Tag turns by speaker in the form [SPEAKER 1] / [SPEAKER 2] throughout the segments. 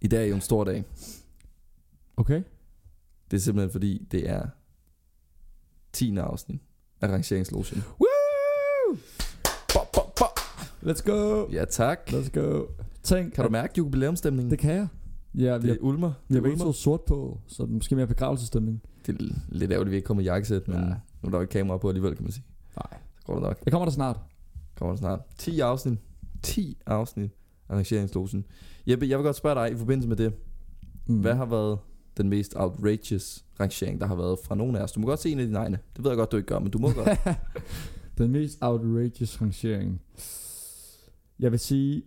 [SPEAKER 1] I dag er jo en stor dag.
[SPEAKER 2] Okay.
[SPEAKER 1] Det er simpelthen fordi, det er 10. afsnit af Rangeringslogen.
[SPEAKER 2] Woo! Bo, bo, bo. Let's go.
[SPEAKER 1] Ja tak.
[SPEAKER 2] Let's go. Tænk.
[SPEAKER 1] Kan du mærke jubilæumstemningen?
[SPEAKER 2] Det kan jeg. Ja, vi
[SPEAKER 1] det
[SPEAKER 2] har,
[SPEAKER 1] er ulmer.
[SPEAKER 2] vi
[SPEAKER 1] det
[SPEAKER 2] har begge to sort på, så det er måske mere begravelsestemning.
[SPEAKER 1] Det er lidt ærgerligt, at vi ikke kommer i jakkesæt, men
[SPEAKER 2] Ja.
[SPEAKER 1] ja. nu er der jo ikke kamera på alligevel, kan man sige.
[SPEAKER 2] Nej.
[SPEAKER 1] Så går det nok.
[SPEAKER 2] Jeg kommer der snart.
[SPEAKER 1] Kommer det snart. 10 afsnit. 10 afsnit af Rangeringslogen. Jeppe, jeg vil godt spørge dig i forbindelse med det.
[SPEAKER 2] Mm.
[SPEAKER 1] Hvad har været den mest outrageous rangering, der har været fra nogen af os? Du må godt se en af dine egne. Det ved jeg godt, du ikke gør, men du må godt.
[SPEAKER 2] Den mest outrageous rangering. Jeg vil sige,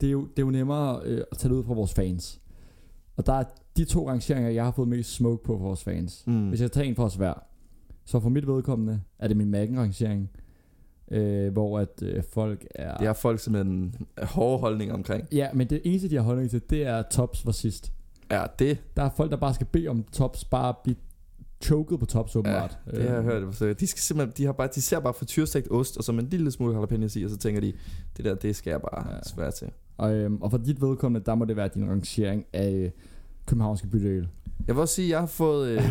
[SPEAKER 2] det er jo, det er jo nemmere øh, at tage det ud fra vores fans. Og der er de to rangeringer, jeg har fået mest smoke på for vores fans.
[SPEAKER 1] Mm.
[SPEAKER 2] Hvis jeg tager en for os hver, så for mit vedkommende er det min Mac'en-rangering, øh, hvor at øh, folk er...
[SPEAKER 1] Det har folk simpelthen hårde holdninger omkring.
[SPEAKER 2] Ja, men det eneste, de har holdning til, det er tops for sidst.
[SPEAKER 1] Ja, det,
[SPEAKER 2] Der er folk, der bare skal bede om tops, bare at blive choket på tops, åbenbart. Øh,
[SPEAKER 1] ja, det har jeg hørt. Så de, skal simpelthen, de, har bare, de ser bare for tyrestegt ost, og så med en lille smule jalapenos i, og så tænker de, det der, det skal jeg bare
[SPEAKER 2] Ja.
[SPEAKER 1] ja. svære til.
[SPEAKER 2] Og, øhm, og for dit vedkommende, der må det være din rangering af øh, københavnske bydel.
[SPEAKER 1] Jeg vil også sige, at jeg har fået, øh,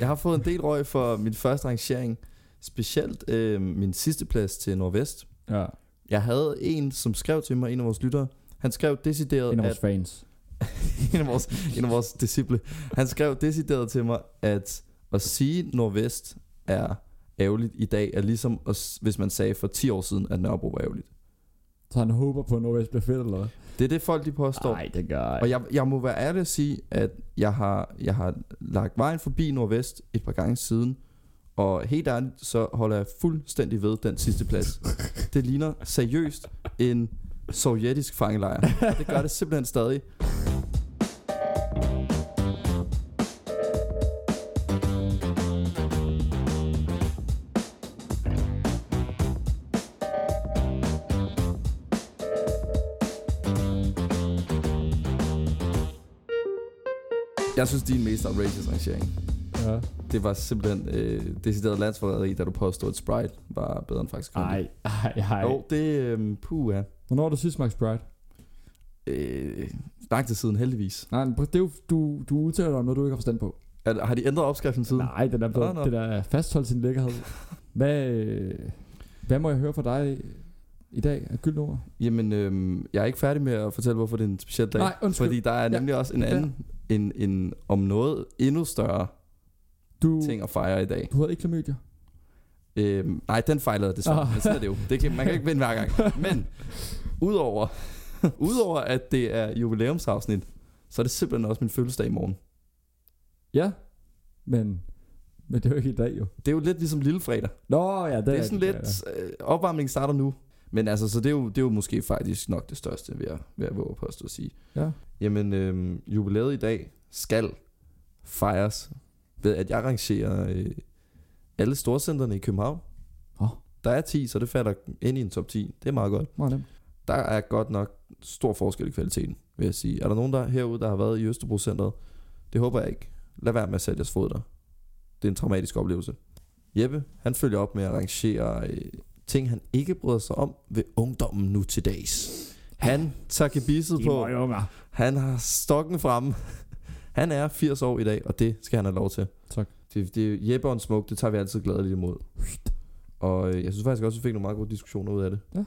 [SPEAKER 1] jeg har fået en del røg for min første rangering. Specielt øh, min sidste plads til Nordvest.
[SPEAKER 2] Ja,
[SPEAKER 1] Jeg havde en, som skrev til mig, en af vores lyttere. Han skrev decideret,
[SPEAKER 2] en af
[SPEAKER 1] at
[SPEAKER 2] vores fans.
[SPEAKER 1] en af vores, en af vores disciple. Han skrev decideret til mig, at at sige Nordvest er ærgerligt i dag, er ligesom at, s- hvis man sagde for 10 år siden, at Nørrebro var ærgerligt.
[SPEAKER 2] Så han håber på, at Nordvest bliver fedt, eller hvad?
[SPEAKER 1] Det er det, folk de påstår.
[SPEAKER 2] Nej, det gør jeg.
[SPEAKER 1] Og jeg, jeg må være ærlig at sige, at jeg har, jeg har lagt vejen forbi Nordvest et par gange siden, og helt ærligt, så holder jeg fuldstændig ved den sidste plads. Det ligner seriøst en sovjetisk fangelejr. Og Det gør det simpelthen stadig. Jeg synes, din mest outrageous rangering,
[SPEAKER 2] Ja.
[SPEAKER 1] det var simpelthen øh, decideret landsforræderi, da du påstod, at Sprite var bedre end faktisk Kondi.
[SPEAKER 2] Ej, ej, ej.
[SPEAKER 1] Jo, det øh, puh, ja.
[SPEAKER 2] Hvornår har du sidst smagt Sprite?
[SPEAKER 1] Øh, lang tid siden, heldigvis.
[SPEAKER 2] Nej, men det er jo, du, du udtaler dig om noget, du ikke har forstand på.
[SPEAKER 1] Er, har de ændret opskriften siden?
[SPEAKER 2] Nej, den er
[SPEAKER 1] Nå,
[SPEAKER 2] blevet,
[SPEAKER 1] nå.
[SPEAKER 2] det der fastholdt sin lækkerhed. Hvad, øh, hvad må jeg høre fra dig i dag af gyldne ord?
[SPEAKER 1] Jamen, øhm, jeg er ikke færdig med at fortælle, hvorfor det er en speciel dag.
[SPEAKER 2] Nej, undskyld.
[SPEAKER 1] Fordi der er nemlig ja, også en
[SPEAKER 2] ja.
[SPEAKER 1] anden, en, en om noget endnu større
[SPEAKER 2] Du,
[SPEAKER 1] ting at fejre i dag.
[SPEAKER 2] du havde ikke klamydia?
[SPEAKER 1] Øhm, nej, den fejlede jeg desværre,
[SPEAKER 2] Ah.
[SPEAKER 1] men sådan er det jo. Det kan, man kan ikke vinde hver gang. Men udover, udover at det er jubilæumsafsnit, så er det simpelthen også min fødselsdag i morgen.
[SPEAKER 2] Ja, men, men det er jo ikke i dag jo.
[SPEAKER 1] Det er jo lidt ligesom lillefredag.
[SPEAKER 2] Nå ja, det,
[SPEAKER 1] Det er sådan
[SPEAKER 2] rigtigt, ja.
[SPEAKER 1] lidt, øh, opvarmningen starter nu. Men altså, så det er, jo, det er jo måske faktisk nok det største, vil jeg, vil jeg våge at påstå at sige.
[SPEAKER 2] Ja.
[SPEAKER 1] Jamen, øh, jubilæet i dag skal fejres ved, at jeg arrangerer øh, alle storcenterne i København.
[SPEAKER 2] Åh.
[SPEAKER 1] Der er 10, så det falder ind i en top 10. Det er meget godt.
[SPEAKER 2] Meget nemt.
[SPEAKER 1] Der er godt nok stor forskel i kvaliteten, vil jeg sige. Er der nogen der herude, der har været i Østerbro Centeret? Det håber jeg ikke. Lad være med at sætte jeres fod der. Det er en traumatisk oplevelse. Jeppe, han følger op med at arrangere øh, ting, han ikke bryder sig om ved ungdommen nu til dags. Han tager gebisset på.
[SPEAKER 2] unger.
[SPEAKER 1] Han har stokken fremme. Han er 80 år i dag, og det skal han have lov til.
[SPEAKER 2] Tak.
[SPEAKER 1] Det, det Jeppe og en smuk, det tager vi altid glædeligt imod. Og øh, jeg synes faktisk også, at vi fik nogle meget gode diskussioner ud af det.
[SPEAKER 2] Ja.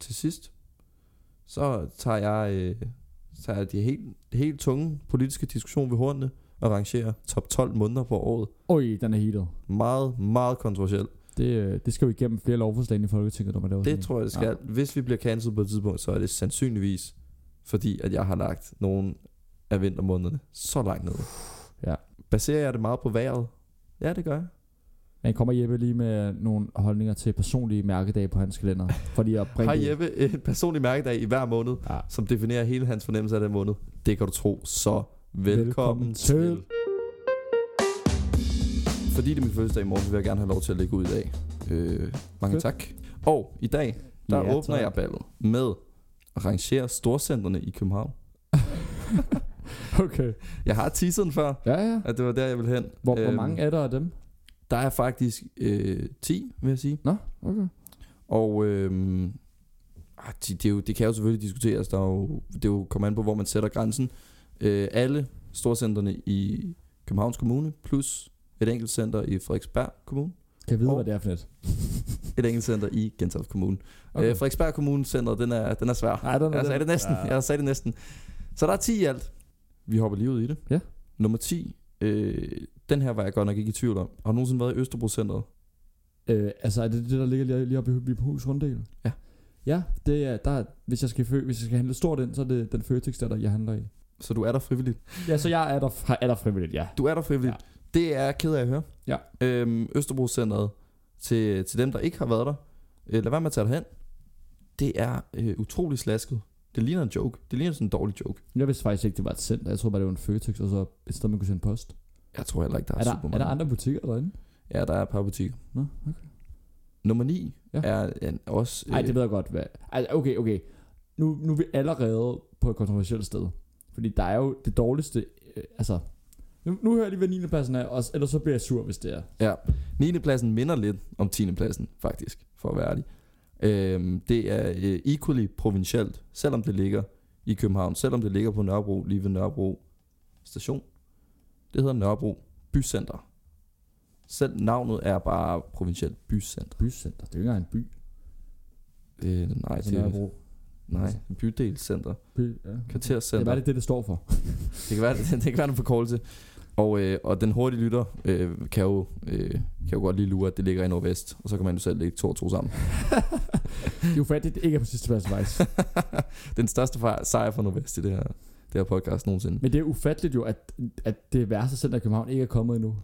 [SPEAKER 1] Til sidst, så tager jeg, øh, tager jeg de helt, helt tunge politiske diskussioner ved hornene og rangerer top 12 måneder på året.
[SPEAKER 2] Oj, den er heated.
[SPEAKER 1] Meget, meget kontroversielt.
[SPEAKER 2] Det, øh, det skal jo igennem flere lovforslag inde i Folketinget, når man laver sådan
[SPEAKER 1] Det
[SPEAKER 2] en.
[SPEAKER 1] tror jeg, det skal. Ja. Hvis vi bliver cancelled på et tidspunkt, så er det sandsynligvis, fordi at jeg har lagt nogle af vintermånederne så langt ned.
[SPEAKER 2] Ja.
[SPEAKER 1] Baserer jeg det meget på vejret? Ja, det gør jeg.
[SPEAKER 2] Men kommer Jeppe lige med nogle holdninger til personlige mærkedage på hans kalender? For lige at bringe
[SPEAKER 1] Har
[SPEAKER 2] det-
[SPEAKER 1] Jeppe en personlig mærkedag i hver måned,
[SPEAKER 2] Ja.
[SPEAKER 1] som definerer hele hans fornemmelse af den måned? Det kan du tro. Så velkommen,
[SPEAKER 2] Velkommen
[SPEAKER 1] velkommen
[SPEAKER 2] til.
[SPEAKER 1] til. til. Fordi det er min fødselsdag i morgen, vil jeg gerne have lov til at lægge ud i dag. Øh, mange
[SPEAKER 2] Fedt.
[SPEAKER 1] tak. Og i dag, der
[SPEAKER 2] Ja,
[SPEAKER 1] ja, åbner
[SPEAKER 2] tak.
[SPEAKER 1] jeg ballet med at rangere storcentrene i København.
[SPEAKER 2] Okay.
[SPEAKER 1] Jeg har teaset den før,
[SPEAKER 2] Ja, ja.
[SPEAKER 1] at det var der, jeg ville hen.
[SPEAKER 2] Hvor, øhm. hvor
[SPEAKER 1] Øhm,
[SPEAKER 2] mange er der af dem?
[SPEAKER 1] Der er faktisk øh, 10, vil jeg sige.
[SPEAKER 2] Nå, okay.
[SPEAKER 1] Og øh, ah, det, det, er jo, det kan jo selvfølgelig diskuteres. Der er jo, det er jo kommer an på, hvor man sætter grænsen. Øh, alle storcentrene i Københavns Kommune, plus et enkelt center i Frederiksberg Kommune,
[SPEAKER 2] Kan jeg vide,
[SPEAKER 1] Og-
[SPEAKER 2] hvad det er for net?
[SPEAKER 1] et enkelt center i Gentofte Kommune. Okay.
[SPEAKER 2] Okay.
[SPEAKER 1] Øh, Frederiksberg Kommune center, den er, den er svær.
[SPEAKER 2] Ej, den er
[SPEAKER 1] Jeg sagde
[SPEAKER 2] den.
[SPEAKER 1] det næsten.
[SPEAKER 2] Ja.
[SPEAKER 1] Jeg sagde det næsten. Så der er 10 i alt. Vi hopper lige ud i det.
[SPEAKER 2] Ja.
[SPEAKER 1] Nummer 10. Øh, den her var jeg godt nok ikke i tvivl om. Har du nogensinde været i Østerbro Centeret?
[SPEAKER 2] Øh, altså er det det der ligger lige, lige oppe i Viby Hus runddel?
[SPEAKER 1] Ja.
[SPEAKER 2] Ja, det er, der, er- hvis, jeg skal, fø- hvis jeg skal handle stort ind, så er det den Føtex, der, der jeg handler i.
[SPEAKER 1] Så du er der frivilligt.
[SPEAKER 2] Ja, så jeg er der, er der frivilligt, ja.
[SPEAKER 1] Du er der frivilligt. Ja. Det er jeg ked af at høre.
[SPEAKER 2] Ja.
[SPEAKER 1] Øhm, Østerbro Centeret. Til, til dem, der ikke har været der. Øh, lad være med at tage dig hen. Det er øh, utrolig slasket. Det ligner en joke. Det ligner sådan en dårlig joke.
[SPEAKER 2] Jeg vidste faktisk ikke, det var et center. Jeg troede bare, det var en Føtex, og så et sted, man kunne sende post.
[SPEAKER 1] Jeg tror heller ikke, der er,
[SPEAKER 2] Er der,
[SPEAKER 1] super
[SPEAKER 2] er
[SPEAKER 1] mange.
[SPEAKER 2] der andre butikker derinde?
[SPEAKER 1] Ja, der er et par butikker.
[SPEAKER 2] Nå, okay.
[SPEAKER 1] Nummer 9
[SPEAKER 2] Ja.
[SPEAKER 1] ja. er en, også... øh,
[SPEAKER 2] Ej, det ved jeg godt. Hvad. Ej, okay, okay. Nu, nu er vi allerede på et kontroversielt sted. Fordi der er jo det dårligste... Øh, altså, nu, nu hører jeg lige, hvad 9. pladsen er, og, s- ellers så bliver jeg sur, hvis det er.
[SPEAKER 1] 9. pladsen minder lidt om 10. pladsen, faktisk, for at være ærlig. Øhm, det er øh, equally provincielt, selvom det ligger i København, selvom det ligger på Nørrebro, lige ved Nørrebro station. Det hedder Nørrebro Bycenter. Selv navnet er bare provincielt bycenter.
[SPEAKER 2] Bycenter, det er jo ikke engang en by.
[SPEAKER 1] Øh, nej,
[SPEAKER 2] altså
[SPEAKER 1] det er,
[SPEAKER 2] Nørrebro.
[SPEAKER 1] nej, bydelscenter,
[SPEAKER 2] By, ja. Det er
[SPEAKER 1] kvartercenter.
[SPEAKER 2] bare det, det, det står for.
[SPEAKER 1] Det kan være, det, det kan være en forkortelse. Og, øh, og den hurtige lytter øh, kan, jo, øh, kan jo godt lige lure, at det ligger i Nordvest, og så kan man jo selv lægge to og to sammen.
[SPEAKER 2] det er jo fattigt, det ikke er på sidste plads, faktisk.
[SPEAKER 1] den største fejr- sejr for Nordvest i det her, det her podcast nogensinde.
[SPEAKER 2] Men det er ufatteligt jo, at, at det værste center i København ikke er kommet endnu.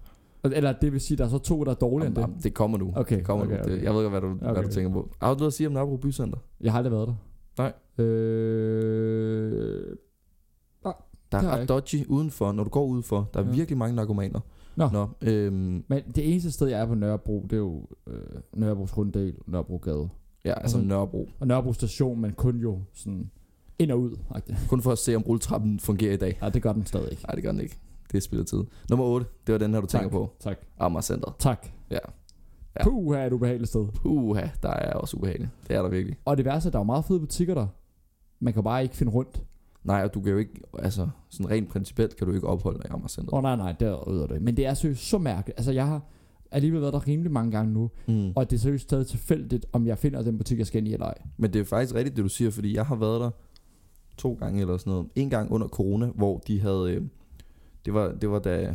[SPEAKER 2] Eller det vil sige, at der er så to, der er dårligere end
[SPEAKER 1] Jamen,
[SPEAKER 2] det.
[SPEAKER 1] jamen, det kommer nu.
[SPEAKER 2] Okay,
[SPEAKER 1] det kommer
[SPEAKER 2] okay,
[SPEAKER 1] nu. Det,
[SPEAKER 2] okay.
[SPEAKER 1] jeg ved godt, hvad du, okay, hvad
[SPEAKER 2] Okay,
[SPEAKER 1] du
[SPEAKER 2] okay.
[SPEAKER 1] tænker på. Har du noget at sige om Nørrebro Bycenter?
[SPEAKER 2] Jeg har aldrig været der.
[SPEAKER 1] Nej.
[SPEAKER 2] Øh,
[SPEAKER 1] Der
[SPEAKER 2] Det har
[SPEAKER 1] er
[SPEAKER 2] jeg
[SPEAKER 1] ret dodgy udenfor, når du går udenfor. Der er
[SPEAKER 2] Ja.
[SPEAKER 1] ja. virkelig mange narkomaner.
[SPEAKER 2] Nå.
[SPEAKER 1] Nå øhm,
[SPEAKER 2] men det eneste sted, jeg er på Nørrebro, det er jo øh, Nørrebros Runddel, Nørrebro Gade.
[SPEAKER 1] ja, altså
[SPEAKER 2] Okay.
[SPEAKER 1] Nørrebro.
[SPEAKER 2] Og Nørrebro Station, men kun jo sådan ind og ud. agtigt.
[SPEAKER 1] Kun for at se, om rulletrappen fungerer i dag.
[SPEAKER 2] Nej, det gør den stadig ikke.
[SPEAKER 1] Nej, det gør den ikke. Det spiller tid. Nummer 8, det var den her, du tænker
[SPEAKER 2] tak,
[SPEAKER 1] på.
[SPEAKER 2] Tak.
[SPEAKER 1] Amager Center.
[SPEAKER 2] Tak.
[SPEAKER 1] Ja.
[SPEAKER 2] ja.
[SPEAKER 1] Ja.
[SPEAKER 2] Puh, her er et ubehageligt sted.
[SPEAKER 1] Uha, der er også ubehageligt. Det er der virkelig.
[SPEAKER 2] Og det værste er, at der er jo meget fede butikker der. Man kan bare ikke finde rundt.
[SPEAKER 1] Nej, og du kan jo ikke, altså sådan rent principielt kan du ikke opholde dig i Amager Center.
[SPEAKER 2] Åh oh, nej, nej, der øder det. Men det er seriøst så mærkeligt. Altså, jeg har alligevel været der rimelig mange gange nu.
[SPEAKER 1] Mm.
[SPEAKER 2] Og det er seriøst stadig tilfældigt, om jeg finder den butik, jeg skal ind i eller ej.
[SPEAKER 1] Men det er faktisk rigtigt, det du siger, fordi jeg har været der to gange eller sådan noget. En gang under corona, hvor de havde... Øh, det var, det var da,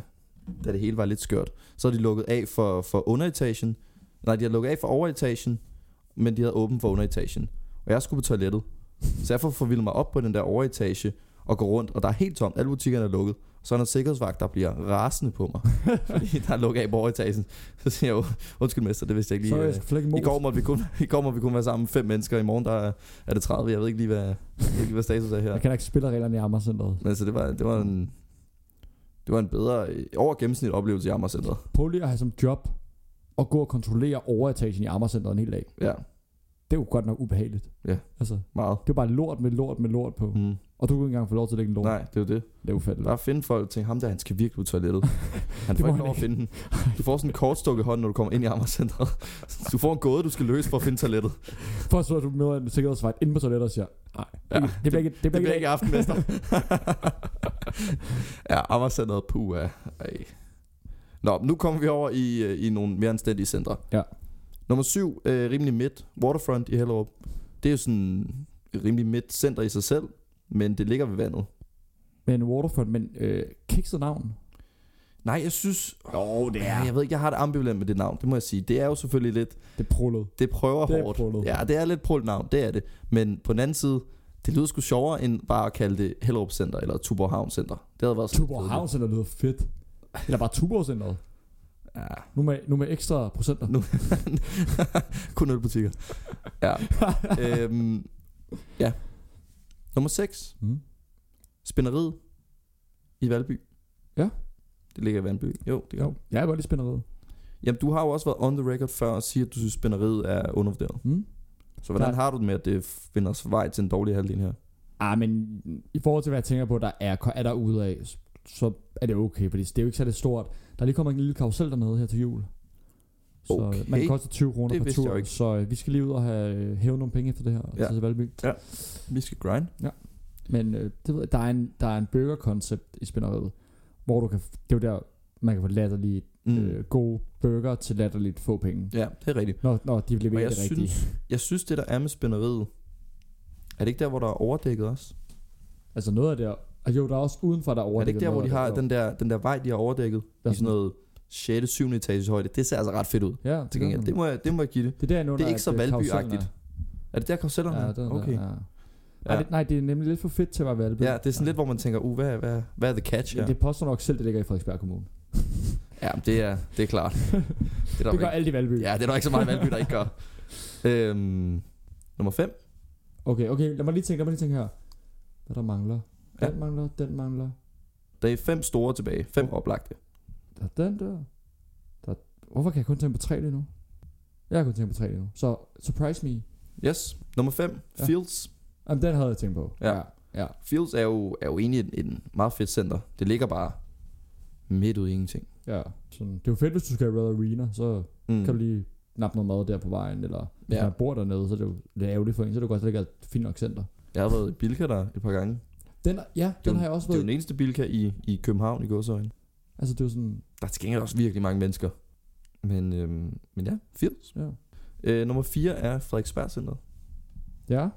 [SPEAKER 1] da det hele var lidt skørt. Så havde de lukket af for, for underetagen. Nej, de havde lukket af for overetagen, men de havde åbent for underetagen. Og jeg skulle på toilettet. Så jeg får forvildet mig op på den der overetage og gå rundt, og der er helt tomt. Alle butikkerne er lukket. Så er der en sikkerhedsvagt, der bliver rasende på mig, fordi der er lukket af på overetagen. Så siger jeg jo, undskyld mester, det vidste jeg ikke lige.
[SPEAKER 2] så er
[SPEAKER 1] øh,
[SPEAKER 2] jeg flække
[SPEAKER 1] i går, måtte vi kun, I går måtte vi kun være sammen fem mennesker, i morgen der er, er det 30. Jeg ved ikke lige, hvad, jeg ved ikke, hvad status er her.
[SPEAKER 2] Jeg kan ikke spille reglerne i Amagercenteret.
[SPEAKER 1] Men altså, det var, det var en... Det var en bedre, øh, over gennemsnit oplevelse i Amagercenteret.
[SPEAKER 2] Prøv lige at have som job at gå og kontrollere overetagen i Amagercenteret en hel dag.
[SPEAKER 1] Ja,
[SPEAKER 2] Det er jo godt nok ubehageligt.
[SPEAKER 1] Ja.
[SPEAKER 2] Altså,
[SPEAKER 1] meget.
[SPEAKER 2] det er bare lort med lort med lort på. Mm.
[SPEAKER 1] Mm.
[SPEAKER 2] Og du kan ikke engang få lov til at lægge en lort.
[SPEAKER 1] Nej, det er jo det.
[SPEAKER 2] Det er
[SPEAKER 1] Det
[SPEAKER 2] ufatteligt.
[SPEAKER 1] var at finde folk til ham der, han skal virkelig på toilettet. Han
[SPEAKER 2] Det må
[SPEAKER 1] får
[SPEAKER 2] han
[SPEAKER 1] ikke lov at
[SPEAKER 2] ikke.
[SPEAKER 1] finde den. Du får sådan en kortstuk i hånden, når du kommer ind i Amagercenteret. Du får en gåde, du skal løse for at finde toilettet.
[SPEAKER 2] Først så er du møder en sikkerhedsvagt inde på toilettet og siger, nej,
[SPEAKER 1] Ja,
[SPEAKER 2] det, det, bliver ikke, det,
[SPEAKER 1] Det
[SPEAKER 2] bliver
[SPEAKER 1] bliver
[SPEAKER 2] ikke.
[SPEAKER 1] ikke i aften, mester. ja, Amagercenteret, puh, ja. Ej. Nå, nu kommer vi over i, øh, i nogle mere anstændige centre.
[SPEAKER 2] Ja.
[SPEAKER 1] Nummer syv, øh, rimelig midt, Waterfront i Hellerup. Det er jo sådan et rimelig midt center i sig selv, men det ligger ved vandet.
[SPEAKER 2] Men Waterford, men øh, kikset navn.
[SPEAKER 1] Nej, jeg synes...
[SPEAKER 2] Jo, det
[SPEAKER 1] Ja, jeg ved ikke, jeg har det ambivalent med det navn, det må jeg sige. Det er jo selvfølgelig lidt...
[SPEAKER 2] Det er prullet.
[SPEAKER 1] Det prøver
[SPEAKER 2] Det er
[SPEAKER 1] hårdt.
[SPEAKER 2] prullet.
[SPEAKER 1] Ja, det er lidt prullet navn, det er det. Men på den anden side, det lyder sgu sjovere end bare at kalde det Hellerup Center eller Tuborghavn Center. Det havde været sådan
[SPEAKER 2] Tuborg
[SPEAKER 1] kedeligt.
[SPEAKER 2] Havncenter lyder fedt. Eller bare Tuborg Centeret.
[SPEAKER 1] Ja,
[SPEAKER 2] Nu med, nu med ekstra procenter.
[SPEAKER 1] Nu- Kun ølbutikker. Ja. øhm, ja. Nummer 6.
[SPEAKER 2] Mm.
[SPEAKER 1] Spænderiet i Valby.
[SPEAKER 2] Ja.
[SPEAKER 1] Det ligger i Valby. Jo, det gør
[SPEAKER 2] Jo,
[SPEAKER 1] det.
[SPEAKER 2] jeg er godt lige spænderiet.
[SPEAKER 1] Jamen, du har jo også været on the record før og siger, at du synes, spænderiet er undervurderet.
[SPEAKER 2] Mm?
[SPEAKER 1] Så hvordan
[SPEAKER 2] Nej.
[SPEAKER 1] har du det med, at det finder sig vej til en dårlig halvdel her?
[SPEAKER 2] Ah, men i forhold til, hvad jeg tænker på, der er, er der ude af, så er det okay, fordi det er jo ikke særlig stort. Der er lige kommet en lille karusel dernede her til jul. Så
[SPEAKER 1] Okay.
[SPEAKER 2] okay. man det koster 20 kroner
[SPEAKER 1] Det
[SPEAKER 2] per
[SPEAKER 1] vidste jeg
[SPEAKER 2] tur,
[SPEAKER 1] jo ikke.
[SPEAKER 2] så øh, vi skal lige ud og have øh, hæve nogle penge efter det her, og
[SPEAKER 1] Ja.
[SPEAKER 2] ja. til Valby.
[SPEAKER 1] Vi skal grind.
[SPEAKER 2] Men øh, det ved jeg, der er en, der er en burger-koncept i spænderiet, hvor du kan, det er jo der, man kan få latterligt mm. øh, gode burger til latterligt få penge.
[SPEAKER 1] Ja, det er rigtigt.
[SPEAKER 2] Når, når de
[SPEAKER 1] Og
[SPEAKER 2] leverer
[SPEAKER 1] jeg
[SPEAKER 2] det rigtige.
[SPEAKER 1] synes, jeg synes, det der er med spænderiet, er det ikke der, hvor der er overdækket også?
[SPEAKER 2] Altså noget af det er- og jo, der er også udenfor, der er
[SPEAKER 1] er det ikke
[SPEAKER 2] overdækket
[SPEAKER 1] der, hvor de
[SPEAKER 2] noget af
[SPEAKER 1] har
[SPEAKER 2] det.
[SPEAKER 1] den der, den der vej, de har overdækket
[SPEAKER 2] Der er
[SPEAKER 1] i sådan
[SPEAKER 2] sådan-
[SPEAKER 1] noget 6. 7. etages højde? Det ser altså ret fedt ud.
[SPEAKER 2] Ja,
[SPEAKER 1] Til gengæld, det må jeg, det må jeg give det.
[SPEAKER 2] det, er derunder,
[SPEAKER 1] det er ikke
[SPEAKER 2] at,
[SPEAKER 1] så
[SPEAKER 2] øh,
[SPEAKER 1] Valby-agtigt.
[SPEAKER 2] karrusellen er.
[SPEAKER 1] Er det der, karusellerne
[SPEAKER 2] Ja,
[SPEAKER 1] er?
[SPEAKER 2] det er
[SPEAKER 1] okay.
[SPEAKER 2] Der, ja.
[SPEAKER 1] Ja.
[SPEAKER 2] Ja. Ej, det, nej, det er nemlig lidt for fedt til at være Valby.
[SPEAKER 1] Ja, det er sådan lidt, hvor man tænker, uh, hvad, hvad, hvad er the catch her?
[SPEAKER 2] Ja. Det påstår nok selv, det ligger i Frederiksberg Kommune.
[SPEAKER 1] Ja, men det er, det er klart. Det, er der
[SPEAKER 2] Det gør
[SPEAKER 1] ikke,
[SPEAKER 2] alt i Valby.
[SPEAKER 1] ja, det er der ikke så meget Valby, der ikke gør. Øhm, nummer 5.
[SPEAKER 2] Okay, okay, lad mig lige tænke, lad mig lige tænke her. Hvad der mangler? Den
[SPEAKER 1] Ja.
[SPEAKER 2] mangler, den mangler.
[SPEAKER 1] Der er fem store tilbage. Fem
[SPEAKER 2] Oh.
[SPEAKER 1] oplagte.
[SPEAKER 2] Der er den der. der er, hvorfor kan jeg kun tænke på tre lige nu? Jeg har kun tænkt på tre lige nu. Så surprise me.
[SPEAKER 1] Yes. Nummer 5.
[SPEAKER 2] Ja.
[SPEAKER 1] Fields.
[SPEAKER 2] Jamen, den havde jeg tænkt på.
[SPEAKER 1] Ja.
[SPEAKER 2] ja.
[SPEAKER 1] Fields er jo, er jo egentlig en, en meget fedt center. Det ligger bare midt ud i ingenting.
[SPEAKER 2] ja. Sådan, det er jo fedt, hvis du skal i Red Arena, så
[SPEAKER 1] Mm.
[SPEAKER 2] mm. kan du lige nappe noget mad der på vejen, eller hvis
[SPEAKER 1] Ja.
[SPEAKER 2] ja. man bor dernede, så er det jo lidt ærgerligt for en, så er det jo godt, at det ligger et fint nok center.
[SPEAKER 1] Jeg har været i Bilka der et par gange.
[SPEAKER 2] Den, ja,
[SPEAKER 1] jo-
[SPEAKER 2] den har jeg også
[SPEAKER 1] Det er jo
[SPEAKER 2] været.
[SPEAKER 1] den eneste Bilka i, i København i gåsøjne.
[SPEAKER 2] Altså, det er jo sådan,
[SPEAKER 1] Der er til gengæld også virkelig mange mennesker. Men, øhm, men ja, Fields.
[SPEAKER 2] ja.
[SPEAKER 1] Øh, nummer 4 er Frederiksberg Center.
[SPEAKER 2] Ja,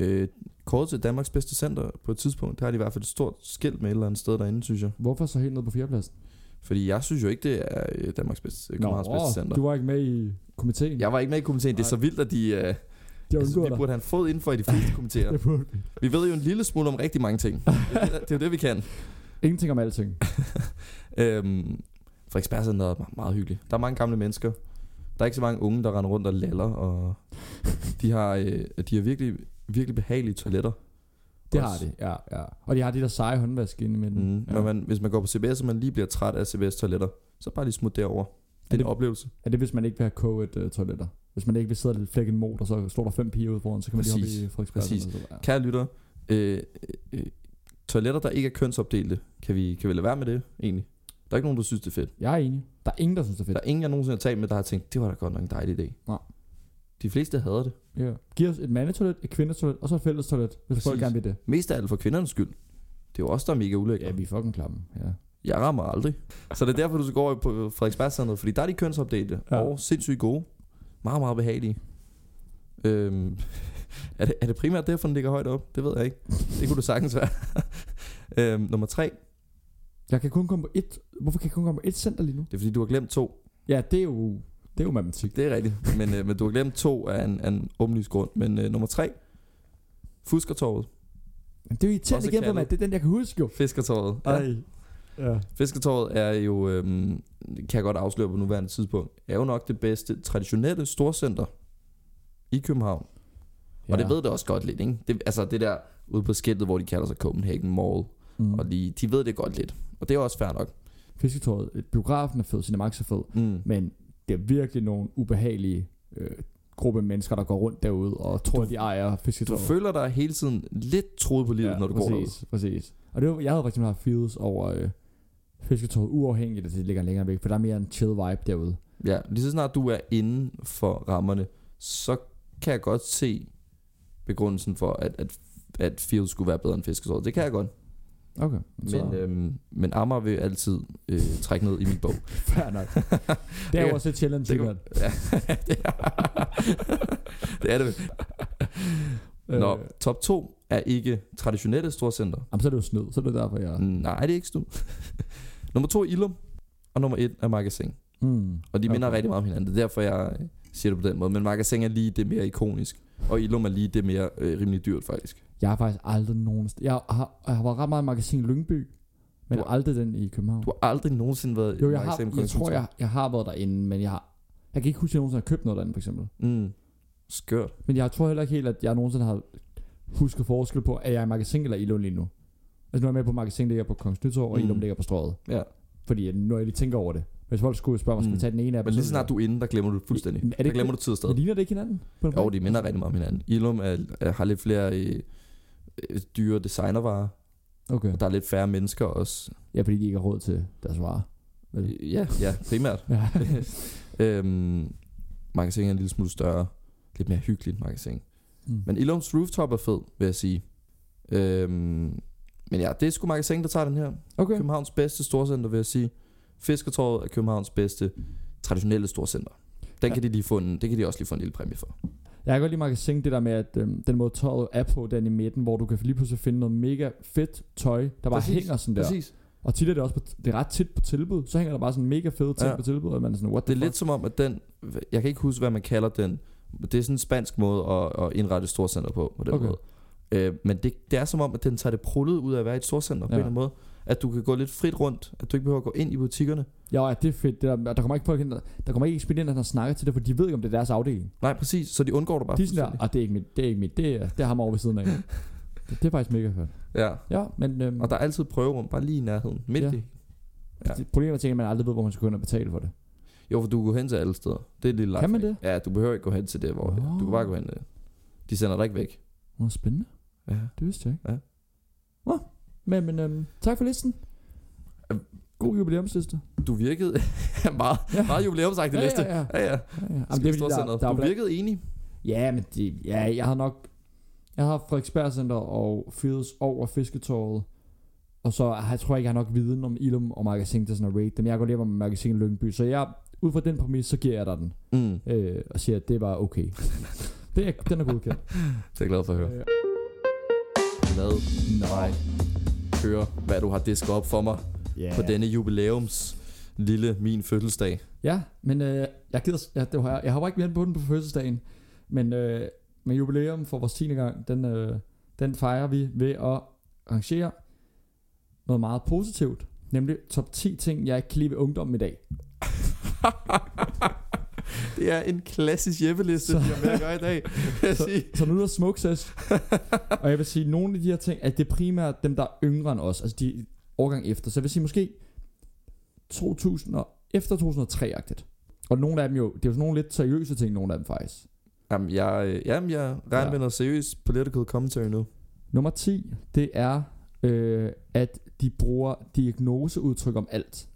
[SPEAKER 1] Øh, kåret til Danmarks bedste center på et tidspunkt. Der har de i hvert fald et stort skilt med et eller andet sted derinde, synes jeg.
[SPEAKER 2] hvorfor så helt ned på fjerdepladsen?
[SPEAKER 1] Fordi jeg synes jo ikke, det er øh, Danmarks bedste, Københavns bedste center.
[SPEAKER 2] du var ikke med i komiteen.
[SPEAKER 1] Jeg var ikke med i komiteen. Det er så vildt, at de... Øh,
[SPEAKER 2] de
[SPEAKER 1] jeg synes, vi
[SPEAKER 2] undgår dig.
[SPEAKER 1] burde have en fod indenfor i de fleste komitéer.
[SPEAKER 2] Jeg burde.
[SPEAKER 1] Vi ved jo en lille smule om rigtig mange ting. Det er jo det, det, er jo det vi kan.
[SPEAKER 2] Ingenting om alting.
[SPEAKER 1] Øhm, Frederiksberg Center er meget, meget hyggeligt. Der er mange gamle mennesker. Der er ikke så mange unge, der render rundt og laller. Og de har, øh, de har virkelig, virkelig behagelige toiletter.
[SPEAKER 2] Det
[SPEAKER 1] Også.
[SPEAKER 2] har det, ja, ja. Og de har de der seje håndvask inde imellem.
[SPEAKER 1] Mm.
[SPEAKER 2] Ja.
[SPEAKER 1] Men man, hvis man går på CBS, og man lige bliver træt af CBS toiletter, så bare lige smut derover. Det er
[SPEAKER 2] Er
[SPEAKER 1] en
[SPEAKER 2] det-
[SPEAKER 1] oplevelse.
[SPEAKER 2] Er det, hvis man ikke vil have koget uh, toiletter? Hvis man ikke vil sidde og flække en motor, så står der fem piger ude foran, så kan man lige
[SPEAKER 1] Præcis.
[SPEAKER 2] hoppe i Frederiksberg.
[SPEAKER 1] Præcis.
[SPEAKER 2] Eller sådan noget.
[SPEAKER 1] Kære lytter, øh, øh, toiletter, der ikke er kønsopdelte, kan vi, kan vi lade være med det egentlig? Der er ikke nogen, der synes, det er fedt.
[SPEAKER 2] Ja. Jeg er enig. Der er ingen, der synes, det er
[SPEAKER 1] Der
[SPEAKER 2] fedt.
[SPEAKER 1] er ingen, jeg nogensinde har talt med, der har tænkt, det var da godt nok en dejlig idé.
[SPEAKER 2] Nej.
[SPEAKER 1] De fleste hader det.
[SPEAKER 2] Ja. Giv os et mandetoilet, et kvindetoilet, og så et fælles toilet, hvis
[SPEAKER 1] Præcis.
[SPEAKER 2] folk gerne vil det.
[SPEAKER 1] Mest af alt for kvindernes skyld. Det er jo også der er mega ulækkert.
[SPEAKER 2] Ja, vi er fucking klamme. Ja.
[SPEAKER 1] Jeg rammer aldrig. Så det er derfor, du skal gå over på Frederiksbergscenteret, fordi der er de kønsopdelte ja.
[SPEAKER 2] Ja.
[SPEAKER 1] og sindssygt gode. Meget, meget behagelige. Øhm, er, det, er det primært derfor, den ligger højt op? Det ved jeg ikke. Det kunne du sagtens være. øhm, nummer tre.
[SPEAKER 2] Jeg kan kun komme på et... Hvorfor kan jeg kun komme på et center lige nu?
[SPEAKER 1] Det er fordi, du har glemt to.
[SPEAKER 2] Ja, det er jo, det er jo matematik.
[SPEAKER 1] Det er rigtigt. Men, øh, men du har glemt to af en, af en åbenlyst grund. Men øh, nummer tre. Fuskertorvet.
[SPEAKER 2] Men det er jo irriterende
[SPEAKER 1] Også
[SPEAKER 2] igen på mig.
[SPEAKER 1] kaldet-
[SPEAKER 2] Det er den, jeg kan huske jo.
[SPEAKER 1] Fiskertorvet. Ja.
[SPEAKER 2] Ja.
[SPEAKER 1] Fisketorvet er jo, øhm, kan jeg godt afsløre på nuværende tidspunkt, er jo nok det bedste traditionelle storcenter i København. Ja. Og det ved det også godt lidt, ikke? Det, altså det der ude på skiltet, hvor de kalder sig Copenhagen Mall,
[SPEAKER 2] Mm.
[SPEAKER 1] og lige, de ved det godt lidt. Og det er også fair nok.
[SPEAKER 2] Fisketåret, biografen er fed, Cinemax er fed.
[SPEAKER 1] Mm.
[SPEAKER 2] Men det er virkelig nogle ubehagelige øh, gruppe mennesker, der går rundt derude og tror,
[SPEAKER 1] Du-
[SPEAKER 2] du, de ejer
[SPEAKER 1] Du
[SPEAKER 2] fisketøjet.
[SPEAKER 1] føler dig hele tiden lidt troet på livet, ja, når du går derude.
[SPEAKER 2] præcis, præcis. Og det var, jeg havde faktisk haft feels over øh, fisketøjet, uafhængigt at det ligger længere væk, for der er mere en chill vibe derude.
[SPEAKER 1] Ja, lige så snart du er inden for rammerne, så kan jeg godt se begrundelsen for, at, at, at Field skulle være bedre end Fisketorvet. Det kan jeg godt.
[SPEAKER 2] Okay, så
[SPEAKER 1] Men,
[SPEAKER 2] men, øh,
[SPEAKER 1] øhm, men Amager vil altid øh, trække ned i min bog.
[SPEAKER 2] fair nok. det er
[SPEAKER 1] kan-
[SPEAKER 2] jo også et challenge,
[SPEAKER 1] det kan-
[SPEAKER 2] det
[SPEAKER 1] Ja, det er det. Er det. vel. Nå,
[SPEAKER 2] øh,
[SPEAKER 1] top 2 er ikke traditionelle storcenter.
[SPEAKER 2] jamen, så er det jo snyd, så er det derfor, jeg...
[SPEAKER 1] Nej, det er ikke snu. nummer 2 er Ilum, og nummer 1 er Magasin.
[SPEAKER 2] Mm.
[SPEAKER 1] Og de minder
[SPEAKER 2] Okay.
[SPEAKER 1] rigtig meget om hinanden. Det er derfor, jeg øh, siger det på den måde. Men Magasin er lige det mere ikonisk. Og Ilum er lige det mere øh, rimelig dyrt, faktisk.
[SPEAKER 2] Jeg har faktisk aldrig nogen... Sted. Jeg har, jeg har været ret meget i magasin Lyngby, men
[SPEAKER 1] Du-
[SPEAKER 2] aldrig den i København.
[SPEAKER 1] Du har aldrig nogensinde været
[SPEAKER 2] Jo,
[SPEAKER 1] i
[SPEAKER 2] jeg, har,
[SPEAKER 1] Magasin
[SPEAKER 2] jeg tror,
[SPEAKER 1] Kongens
[SPEAKER 2] jeg, jeg har været derinde, men jeg har... Jeg kan ikke huske, at jeg nogensinde har købt noget derinde, for eksempel.
[SPEAKER 1] Hotel. Mm. Skørt.
[SPEAKER 2] Men jeg tror heller ikke helt, at jeg nogensinde har husket forskel på, at jeg er i magasin eller Ilum lige nu. Altså nu er jeg med på, at magasin ligger på Kongens Nytorv, og
[SPEAKER 1] Mm.
[SPEAKER 2] Ilum ligger på strøget.
[SPEAKER 1] Ja.
[SPEAKER 2] Fordi at når jeg lige tænker over det. Hvis folk skulle spørge mig, skal
[SPEAKER 1] Mm.
[SPEAKER 2] vi tage den ene af dem?
[SPEAKER 1] Men lige så
[SPEAKER 2] så-
[SPEAKER 1] snart du er inde, der glemmer du det fuldstændig.
[SPEAKER 2] Men er det
[SPEAKER 1] Der
[SPEAKER 2] ikke-
[SPEAKER 1] glemmer du tid og sted.
[SPEAKER 2] Men ligner det ikke hinanden? På en
[SPEAKER 1] Jo,
[SPEAKER 2] måde?
[SPEAKER 1] de minder rigtig meget om hinanden. Ilum er, er, har lidt flere øh, øh, dyre designervarer,
[SPEAKER 2] Okay.
[SPEAKER 1] og der er lidt færre mennesker også.
[SPEAKER 2] Ja, fordi de ikke har råd til deres varer. Vel?
[SPEAKER 1] Ja, ja primært.
[SPEAKER 2] Ja.
[SPEAKER 1] øhm, magasin er en lille smule større. Lidt mere hyggeligt magasin.
[SPEAKER 2] Mm.
[SPEAKER 1] Men Ilums Rooftop er fed, vil jeg sige. Øhm, men ja, det er sgu magasin, der tager den her.
[SPEAKER 2] Okay.
[SPEAKER 1] Københavns bedste storcenter, vil jeg sige. Fiskertorvet er Københavns bedste traditionelle storcenter. Den
[SPEAKER 2] Ja.
[SPEAKER 1] kan de lige få en, det kan de også lige få en lille præmie for.
[SPEAKER 2] Jeg kan godt lide magasin det der med, at øhm, den måde tøjet er på, den i midten, hvor du kan lige pludselig finde noget mega fedt tøj, der bare
[SPEAKER 1] Præcis,
[SPEAKER 2] hænger sådan der.
[SPEAKER 1] Præcis.
[SPEAKER 2] Og tit er det også på, det er ret tit på tilbud, så hænger der bare sådan mega fede ting
[SPEAKER 1] Ja.
[SPEAKER 2] ja. på tilbud, og man er sådan, what the
[SPEAKER 1] Det er
[SPEAKER 2] fuck?
[SPEAKER 1] lidt som om, at den... Jeg kan ikke huske, hvad man kalder den. Det er sådan en spansk måde at, at indrette et storcenter på, på den okay.
[SPEAKER 2] Okay.
[SPEAKER 1] måde. Øh, men det, det er som om, at den tager det prullet ud af at være i et storcenter ja. på en
[SPEAKER 2] Ja.
[SPEAKER 1] eller anden måde. At du kan gå lidt frit rundt. At du ikke behøver at gå ind i butikkerne.
[SPEAKER 2] Ja, ja, det er fedt. Det der, der kommer ikke folk ind, der, der kommer ikke ekspedienter, der snakker til det, for de ved ikke, om det er deres afdeling.
[SPEAKER 1] Nej, præcis. Så de undgår dig bare.
[SPEAKER 2] De er sådan der,
[SPEAKER 1] fuldstændig.
[SPEAKER 2] ah, det er ikke mit, det er ikke mit, det er, det er ham over ved siden af. det, det er faktisk mega fedt.
[SPEAKER 1] Ja.
[SPEAKER 2] Ja, men øhm,
[SPEAKER 1] Og der er altid prøverum, bare lige i nærheden. Midt ja.
[SPEAKER 2] Ja.
[SPEAKER 1] i. ja.
[SPEAKER 2] det- problemet er, ting, at man aldrig ved, hvor man skal gå ind og betale for det.
[SPEAKER 1] Jo, for du kan gå hen til alle steder. Det er et lille
[SPEAKER 2] Kan man
[SPEAKER 1] lifehack. Ja, du behøver ikke gå hen til det, hvor
[SPEAKER 2] Nå.
[SPEAKER 1] du kan bare gå hen. øh, De sender dig ikke væk.
[SPEAKER 2] Nå, spændende.
[SPEAKER 1] Ja.
[SPEAKER 2] Det vidste jeg ikke.
[SPEAKER 1] Ja.
[SPEAKER 2] Nå, men, men øhm, tak for listen.
[SPEAKER 1] Øhm,
[SPEAKER 2] God jubilæumsliste.
[SPEAKER 1] Du virkede meget,
[SPEAKER 2] Ja.
[SPEAKER 1] meget jubilæumsagtig
[SPEAKER 2] Ja,
[SPEAKER 1] liste.
[SPEAKER 2] ja, ja.
[SPEAKER 1] ja. ja.
[SPEAKER 2] Ja, ja.
[SPEAKER 1] Jamen, det er, der, der,
[SPEAKER 2] er
[SPEAKER 1] du
[SPEAKER 2] blandt-
[SPEAKER 1] virkede enig.
[SPEAKER 2] Ja, men det, ja, jeg har nok... Jeg har haft Frederiksberg Center og Fields over Fisketorvet. Og så har- jeg tror jeg ikke, jeg har nok viden om Ilum og Magasin til sådan at rate dem. Jeg går lige om Magasin Lyngby. Så jeg, ud fra den præmis, så giver jeg dig den.
[SPEAKER 1] Mm.
[SPEAKER 2] Øh, og siger, at det var okay. det er, den er godkendt.
[SPEAKER 1] Det er jeg glad for at høre.
[SPEAKER 2] Øh,
[SPEAKER 1] Lad mig høre, hvad du har disket op for mig
[SPEAKER 2] Ja.
[SPEAKER 1] på denne jubilæums lille min fødselsdag.
[SPEAKER 2] Ja, men øh, jeg, gider, ja, det var, jeg hopper ikke mere på den på fødselsdagen. Men, øh, men jubilæum for vores 10. gang, den, øh, den fejrer vi ved at arrangere noget meget positivt. Nemlig top 10 ting, jeg ikke kan lide ved ungdommen i dag.
[SPEAKER 1] det er en klassisk jeppeliste,
[SPEAKER 2] Så-
[SPEAKER 1] vi har med at gøre i dag. vil jeg
[SPEAKER 2] Så,
[SPEAKER 1] sige.
[SPEAKER 2] så nu er der smukses. og jeg vil sige, nogle af de her ting, at det er primært dem, der er yngre end os. Altså de årgang efter. Så jeg vil sige, måske 2000 og, efter 2003-agtigt. Og nogle af dem jo, det er jo sådan nogle lidt seriøse ting, nogle af dem faktisk.
[SPEAKER 1] Jamen, jeg, øh, jamen, jeg regner
[SPEAKER 2] Ja.
[SPEAKER 1] med noget seriøst political commentary nu.
[SPEAKER 2] Nummer 10, det er, øh, at de bruger diagnoseudtryk om alt.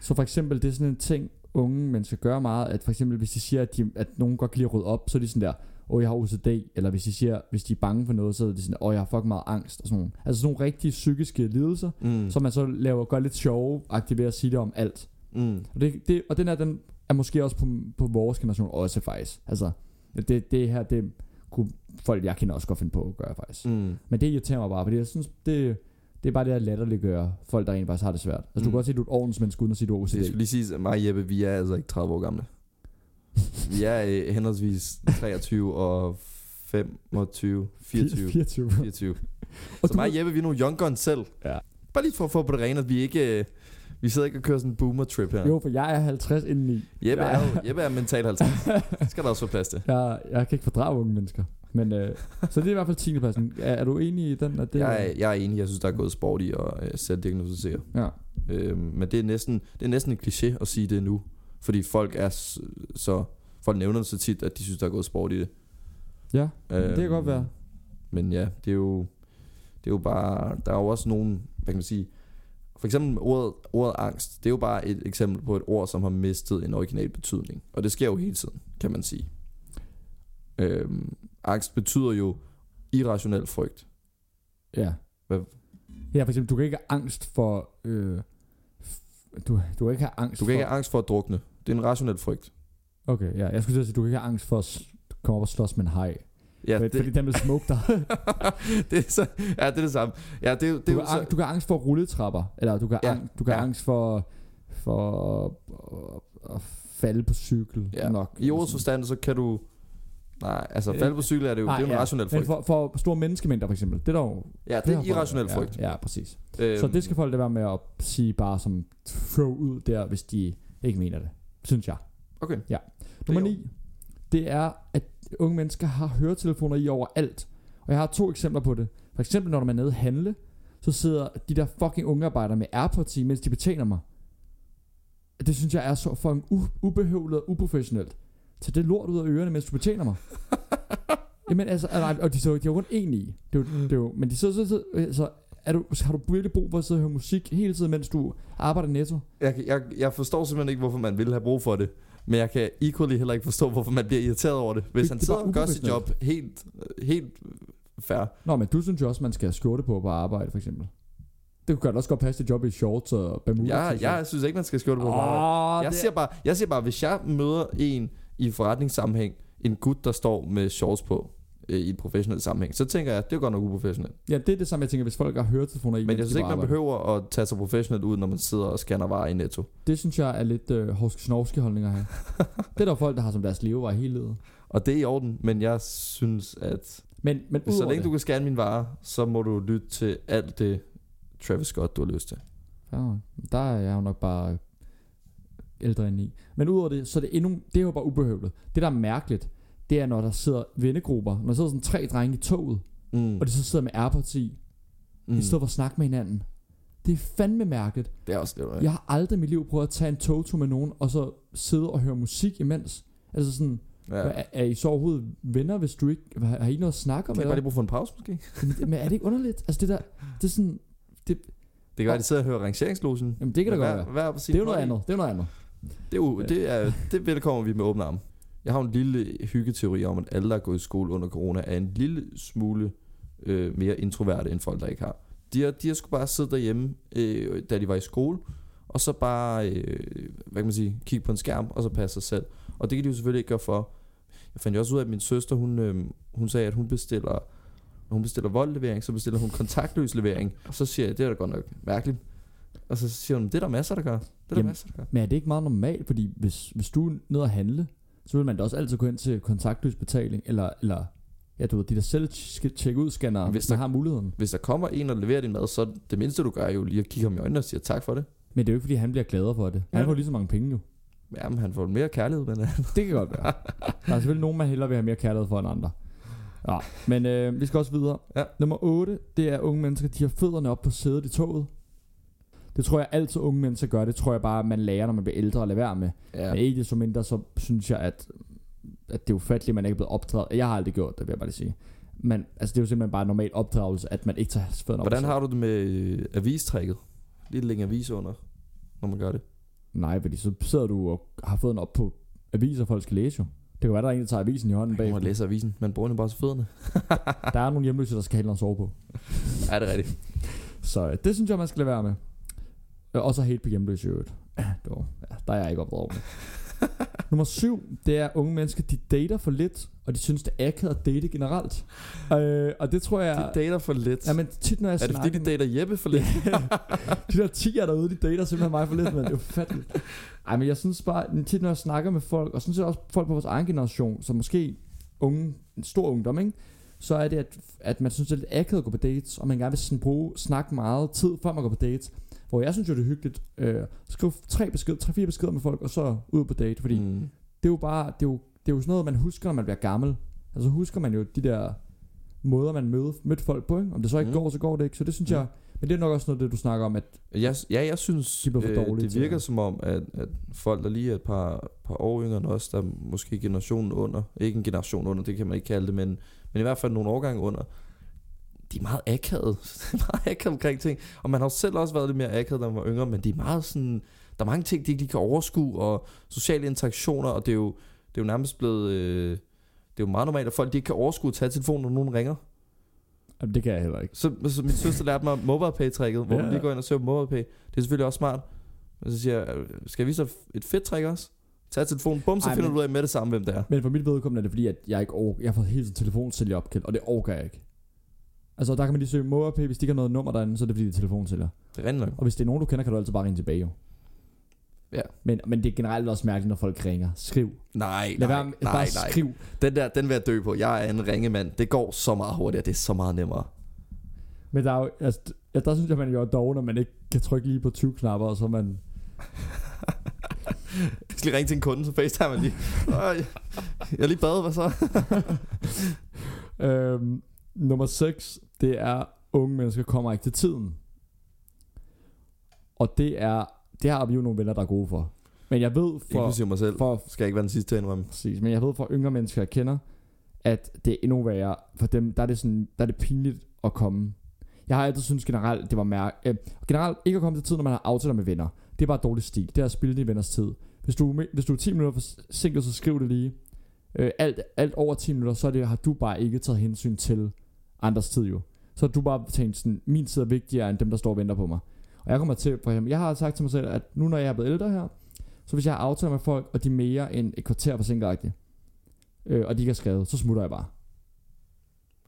[SPEAKER 2] Så for eksempel, det er sådan en ting, unge mennesker gør meget, at for eksempel, hvis de siger, at, de, at nogen godt kan lide at rydde op, så er de sådan der, åh, jeg har OCD, eller hvis de siger, hvis de er bange for noget, så er de sådan, åh, jeg har fucking meget angst, og sådan nogle. Altså sådan nogle rigtige psykiske lidelser,
[SPEAKER 1] Mm.
[SPEAKER 2] som man så laver, gør lidt sjove, aktiverer at sige det om alt.
[SPEAKER 1] Mm.
[SPEAKER 2] Og, det, det, og den her, den er måske også på, på vores generation også faktisk. Altså, det, det her, det kunne folk, jeg kender også godt finde på at gøre faktisk.
[SPEAKER 1] Mm.
[SPEAKER 2] Men det irriterer mig bare, fordi jeg synes, det, det er bare det at latterliggøre folk, der rent faktisk har det svært. Altså, mm. du
[SPEAKER 1] Mm.
[SPEAKER 2] kan godt se, at du er et ordensmenneske, uden at sige, at du er
[SPEAKER 1] Så det
[SPEAKER 2] OCD.
[SPEAKER 1] skulle lige sige, at mig og Jeppe, vi er altså ikke 30 år gamle. Vi er øh, henholdsvis 23 og 25, 24,
[SPEAKER 2] 24.
[SPEAKER 1] 24.
[SPEAKER 2] Og
[SPEAKER 1] Så
[SPEAKER 2] du,
[SPEAKER 1] mig og Jeppe, vi er nogle young guns selv.
[SPEAKER 2] Ja.
[SPEAKER 1] Bare lige for at få på det rene, at vi ikke... øh, Vi sidder ikke og kører sådan en boomer-trip her.
[SPEAKER 2] jo, for jeg er 50 indeni.
[SPEAKER 1] Jeppe,
[SPEAKER 2] Ja.
[SPEAKER 1] er, jo- Jeppe er mental 50. Det skal der også få plads til.
[SPEAKER 2] Jeg, jeg kan ikke fordrage unge mennesker. Men, øh, så det er i hvert fald 10. pladsen. Er, er du enig i den? At det,
[SPEAKER 1] Jeg, er- jeg er enig, jeg synes, der er gået sport i at øh, sætte diagnostisere.
[SPEAKER 2] Ja.
[SPEAKER 1] Øh, men det er, næsten, det er næsten en kliché at sige det nu. Fordi folk er s- så... Folk nævner det så tit, at de synes, der er gået sport i det.
[SPEAKER 2] Ja, det
[SPEAKER 1] Øhm,
[SPEAKER 2] kan godt være.
[SPEAKER 1] Men ja, det er jo... Det er jo bare... Der er jo også nogen... Hvad kan man sige? For eksempel ordet, ordet angst. Det er jo bare et eksempel på et ord, som har mistet en original betydning. Og det sker jo hele tiden, kan man sige. Øhm, angst betyder jo irrationel frygt.
[SPEAKER 2] Ja.
[SPEAKER 1] Hvad?
[SPEAKER 2] Ja, for eksempel, du kan ikke have angst for... Øh, f- du, du kan ikke have angst
[SPEAKER 1] Du kan ikke
[SPEAKER 2] for...
[SPEAKER 1] have angst for at drukne. Det er en rationel frygt.
[SPEAKER 2] Okay, ja. Jeg skulle til at sige, du kan ikke have angst for at s- komme op og slås med en haj.
[SPEAKER 1] Ja,
[SPEAKER 2] Ja,
[SPEAKER 1] det,
[SPEAKER 2] det... Fordi den vil smoke dig.
[SPEAKER 1] det, er så, ja, det er det samme. Ja, det, er jo- det
[SPEAKER 2] du,
[SPEAKER 1] er
[SPEAKER 2] kan
[SPEAKER 1] jo så,
[SPEAKER 2] ang- du kan have angst for rulletrapper, eller du kan,
[SPEAKER 1] Ja,
[SPEAKER 2] ja. ang- du kan have
[SPEAKER 1] ja.
[SPEAKER 2] angst for, for at, at falde på cykel
[SPEAKER 1] Ja,
[SPEAKER 2] nok.
[SPEAKER 1] I ordets forstand, så kan du... Nej, altså
[SPEAKER 2] Ja,
[SPEAKER 1] falde på cykel er det jo,
[SPEAKER 2] Nej,
[SPEAKER 1] det er jo en
[SPEAKER 2] ja.
[SPEAKER 1] rationel
[SPEAKER 2] Men
[SPEAKER 1] frygt.
[SPEAKER 2] for, for store menneskemængder for eksempel, det er dog...
[SPEAKER 1] Ja, det er en
[SPEAKER 2] har folk-
[SPEAKER 1] irrationel frygt.
[SPEAKER 2] Ja, ja præcis.
[SPEAKER 1] Øhm,
[SPEAKER 2] Så det skal folk lade være med at sige bare som throw ud der, hvis de ikke mener det, synes jeg.
[SPEAKER 1] Okay.
[SPEAKER 2] Ja.
[SPEAKER 1] Det er
[SPEAKER 2] Nummer
[SPEAKER 1] jo-
[SPEAKER 2] 9, det er, at unge mennesker har høretelefoner i overalt. Og jeg har to eksempler på det. For eksempel, når man er nede at handle, så sidder de der fucking unge arbejdere med Airpods i, mens de betjener mig. Det synes jeg er så fucking u- ubehøvlet og uprofessionelt. Tag det lort ud af ørerne, mens du betjener mig. Jamen altså, nej, og de, så, de er jo kun en i. Det er jo, det er jo, men de sidder så, så, så er du, har du virkelig brug for at sidde og høre musik hele tiden, mens du arbejder i netto?
[SPEAKER 1] Jeg, kan- jeg, jeg forstår simpelthen ikke, hvorfor man ville have brug for det. Men jeg kan equally heller ikke forstå, hvorfor man bliver irriteret over det. Hvis
[SPEAKER 2] Det-
[SPEAKER 1] han
[SPEAKER 2] det er
[SPEAKER 1] sidder
[SPEAKER 2] bare
[SPEAKER 1] og gør sit job
[SPEAKER 2] uprofessionelt.
[SPEAKER 1] helt, helt fair.
[SPEAKER 2] Nå, men du synes jo også, man skal have skjorte på på arbejde, for eksempel. Det kunne godt også godt passe til job i shorts og bermuda.
[SPEAKER 1] Jeg, jeg synes ikke, man skal skjorte på. Oh,
[SPEAKER 2] Åh,
[SPEAKER 1] jeg,
[SPEAKER 2] Ah, det-
[SPEAKER 1] siger bare, jeg siger bare, hvis jeg møder en i forretningssammenhæng, en gut, der står med shorts på øh, i en professionel sammenhæng, så tænker jeg, det er godt nok uprofessionelt.
[SPEAKER 2] Ja, det er det samme, jeg tænker, hvis folk har høretelefoner i.
[SPEAKER 1] Men
[SPEAKER 2] mens
[SPEAKER 1] jeg
[SPEAKER 2] de
[SPEAKER 1] synes ikke,
[SPEAKER 2] bare
[SPEAKER 1] man
[SPEAKER 2] arbejder.
[SPEAKER 1] behøver at tage sig professionelt ud, når man sidder og scanner varer i Netto.
[SPEAKER 2] Det synes jeg er lidt øh, horske holdninger her. det er der jo folk, der har som deres levevej hele livet.
[SPEAKER 1] Og det er i orden, men jeg synes, at
[SPEAKER 2] Men, men
[SPEAKER 1] Så
[SPEAKER 2] udover
[SPEAKER 1] længe
[SPEAKER 2] det,
[SPEAKER 1] du kan scanne mine varer, så må du lytte til alt det Travis Scott, du har lyst til.
[SPEAKER 2] Ja, der er jeg jo nok bare ældre end i. Men udover det, så er det endnu, det er jo bare ubehøveligt. Det, der er mærkeligt, det er, når der sidder vennegrupper, når der sidder sådan tre drenge i toget,
[SPEAKER 1] Mm.
[SPEAKER 2] og de så sidder med Airpods i, mm. i stedet for at snakke med hinanden. Det er fandme mærkeligt.
[SPEAKER 1] Det er også det,
[SPEAKER 2] Jeg har aldrig i mit liv prøvet at tage en togtur med nogen, og så sidde og høre musik imens. Altså sådan,
[SPEAKER 1] ja.
[SPEAKER 2] ja. er, er I så overhovedet venner, hvis du ikke, har, har I noget at snakke om?
[SPEAKER 1] Kan de
[SPEAKER 2] Eller?
[SPEAKER 1] bare lige brug for en pause, måske?
[SPEAKER 2] Men er det ikke underligt? Altså det der, det er sådan,
[SPEAKER 1] Det kan være, de sidder og hører rangeringslosen.
[SPEAKER 2] jamen det kan da godt
[SPEAKER 1] Hver-
[SPEAKER 2] være.
[SPEAKER 1] hver på sin
[SPEAKER 2] Det er jo noget
[SPEAKER 1] højde.
[SPEAKER 2] andet, det er jo noget andet.
[SPEAKER 1] Det, er jo, det, er, det velkommer vi med åbne arme. Jeg har jo en lille hyggeteori om, at alle, der er gået i skole under corona, er en lille smule øh, mere introverte, end folk, der ikke har. De har, de har sgu bare siddet derhjemme, øh, da de var i skole, og så bare, øh, hvad kan man sige, kigge på en skærm, og så passe sig selv. Og det kan de jo selvfølgelig ikke gøre for. Jeg fandt jo også ud af, at min søster, hun, øh, hun sagde, at hun bestiller, når hun bestiller voldlevering, så bestiller hun kontaktløs levering. Og så siger jeg, det er da godt nok mærkeligt. Og så siger hun, det er der masser, der gør. Det er der
[SPEAKER 2] Jamen,
[SPEAKER 1] masser, der gør.
[SPEAKER 2] Men er det ikke meget normalt, fordi hvis, hvis du er nede og handle, så vil man da også altid gå hen til kontaktløs betaling, eller, eller ja, du ved, de der selv skal tjekke ud scanner,
[SPEAKER 1] Hvis
[SPEAKER 2] hvis man
[SPEAKER 1] der-
[SPEAKER 2] har muligheden.
[SPEAKER 1] Hvis der kommer en og leverer din mad, så er det mindste du gør er jo lige at kigge ham i øjnene og sige tak for det.
[SPEAKER 2] Men det er jo ikke, fordi han bliver gladere for det. Han
[SPEAKER 1] Ja.
[SPEAKER 2] får lige så mange penge jo.
[SPEAKER 1] Jamen, han får mere kærlighed, men øh,
[SPEAKER 2] Det kan godt være. Der er selvfølgelig nogen, man hellere vil have mere kærlighed for end andre. Ja, men øh, vi skal også videre.
[SPEAKER 1] Ja.
[SPEAKER 2] Nummer 8, det er at unge mennesker, de har fødderne op på sædet i toget. Det tror jeg altid unge mennesker gør. Det tror jeg bare, man lærer, når man bliver ældre at lade være med. Ja. Men
[SPEAKER 1] ja.
[SPEAKER 2] ikke så mindre, så synes jeg, at, at det er ufatteligt, man ikke er blevet opdraget. Jeg har aldrig gjort det, vil jeg bare lige sige. Men altså, det er jo simpelthen bare normal opdragelse, at man ikke tager fødderne op.
[SPEAKER 1] Hvordan har du det med øh, avistrækket? Lidt længe avis under, når man gør det.
[SPEAKER 2] Nej, fordi så sidder du og har fødderne op på aviser, folk skal læse jo. Det kan være, der er en, der tager avisen i hånden bag.
[SPEAKER 1] Man læser avisen, man bruger den bare til fødderne.
[SPEAKER 2] Der er nogle hjemløse, der skal have noget at sove på.
[SPEAKER 1] Ja, det er rigtigt.
[SPEAKER 2] Så øh, det synes jeg, man skal lade være med. Øh, Og så helt på hjemløse i øvrigt. Dog, ja, der er jeg ikke opdraget med. Nummer syv, det er at unge mennesker, de dater for lidt, og de synes, det er akavet at date generelt. Øh, og det tror jeg...
[SPEAKER 1] De dater for lidt.
[SPEAKER 2] Ja, men tit når jeg
[SPEAKER 1] er det fordi,
[SPEAKER 2] snakker
[SPEAKER 1] de dater Jeppe for lidt?
[SPEAKER 2] de der tiger derude, de dater simpelthen mig for lidt, men det er ufatteligt. Ej, men jeg synes bare, men tit når jeg snakker med folk, og sådan set også folk på vores egen generation, som måske unge, en stor ungdom, ikke? så er det, at, at man synes, det er lidt akavet at gå på dates, og man gerne vil sådan bruge, snakke meget tid, før man går på dates. Hvor jeg synes jo, det er hyggeligt. Øh, skriv tre beskeder, tre, fire beskeder med folk, og så ud på date, fordi
[SPEAKER 1] Mm.
[SPEAKER 2] det er jo bare, det er jo, det er jo sådan noget, man husker, når man bliver gammel. Altså husker man jo de der måder, man mødte, mødte folk på, ikke? Om det så ikke
[SPEAKER 1] Mm.
[SPEAKER 2] mm. går, så går det ikke. Så det synes
[SPEAKER 1] Mm.
[SPEAKER 2] mm. jeg, men det er nok også noget, af det du snakker om, at
[SPEAKER 1] Jeg, ja, jeg synes,
[SPEAKER 2] De bliver for
[SPEAKER 1] øh,
[SPEAKER 2] dårlige
[SPEAKER 1] det
[SPEAKER 2] til
[SPEAKER 1] virker
[SPEAKER 2] at-
[SPEAKER 1] som om, at, at folk, der lige er et par, par år yngre end os, der er måske generationen under, ikke en generation under, det kan man ikke kalde det, men, men i hvert fald nogle årgange under, de er meget akavet. De er meget akavet omkring ting. Og man har jo selv også været lidt mere akavet, da man var yngre, men de er meget sådan, der er mange ting, de ikke lige kan overskue, og sociale interaktioner, og det er jo, det er jo nærmest blevet... Øh, det er jo meget normalt, at folk de ikke kan overskue at tage telefonen, når nogen ringer.
[SPEAKER 2] Jamen, det kan jeg heller ikke.
[SPEAKER 1] Så, så min søster lærte mig MobilePay-tricket, hvor
[SPEAKER 2] Ja.
[SPEAKER 1] man lige går ind og søger på MobilePay. Det er selvfølgelig også smart. Og så siger jeg, "Øh, skal vi så et fedt trick også? Tag telefonen, bum, så
[SPEAKER 2] Ej,
[SPEAKER 1] finder
[SPEAKER 2] men-
[SPEAKER 1] du ud af med det samme, hvem det er.
[SPEAKER 2] Men for mit vedkommende er det fordi, at jeg ikke orker, jeg får hele tiden telefonen sælger opkald, og det orker jeg ikke. Altså, der kan man lige søge MobilePay, hvis de ikke har noget nummer derinde, så er det fordi, det er telefonsælger.
[SPEAKER 1] Det er rent nok.
[SPEAKER 2] Og hvis det er nogen, du kender, kan du altid bare ringe tilbage jo.
[SPEAKER 1] Ja.
[SPEAKER 2] Men, men det er generelt også mærkeligt, når folk ringer. Skriv.
[SPEAKER 1] Nej,
[SPEAKER 2] Lad
[SPEAKER 1] nej,
[SPEAKER 2] være med,
[SPEAKER 1] nej,
[SPEAKER 2] bare
[SPEAKER 1] nej.
[SPEAKER 2] skriv.
[SPEAKER 1] Den der, den vil jeg dø på. Jeg er en ringemand. Det går så meget hurtigere, det er så meget nemmere.
[SPEAKER 2] Men der er jo, altså, ja, der synes jeg, man er dog, når man ikke kan trykke lige på 20 knapper, og så er man...
[SPEAKER 1] Jeg skal lige ringe til en kunde, så facetimer jeg lige. Øj, jeg har lige badet, hvad så?
[SPEAKER 2] Øhm, nummer 6, det er, unge mennesker kommer ikke til tiden. Og det er, det har vi jo nogle venner, der er gode for. Men jeg ved for,
[SPEAKER 1] Inklusive mig selv.
[SPEAKER 2] for
[SPEAKER 1] Skal jeg ikke være den sidste til at indrømme.
[SPEAKER 2] Præcis, men jeg ved fra yngre mennesker, jeg kender, at det er endnu værre. For dem, der er det, sådan, der er det pinligt at komme. Jeg har altid synes generelt, det var mærke. Øh, generelt ikke at komme til tid, når man har aftaler med venner. Det er bare dårlig stil. Det er at spille din venners tid. Hvis du, er me- hvis du er 10 minutter forsinket, så skriv det lige. Øh, alt, alt over 10 minutter, så er det, har du bare ikke taget hensyn til andres tid jo. Så har du bare tænkt sådan, min tid er vigtigere end dem, der står og venter på mig. Og jeg kommer til, for eksempel, jeg har sagt til mig selv, at nu når jeg er blevet ældre her, så hvis jeg har aftaler med folk, og de er mere end et kvarter forsinket, øh, og de ikke har skrevet, så smutter jeg bare.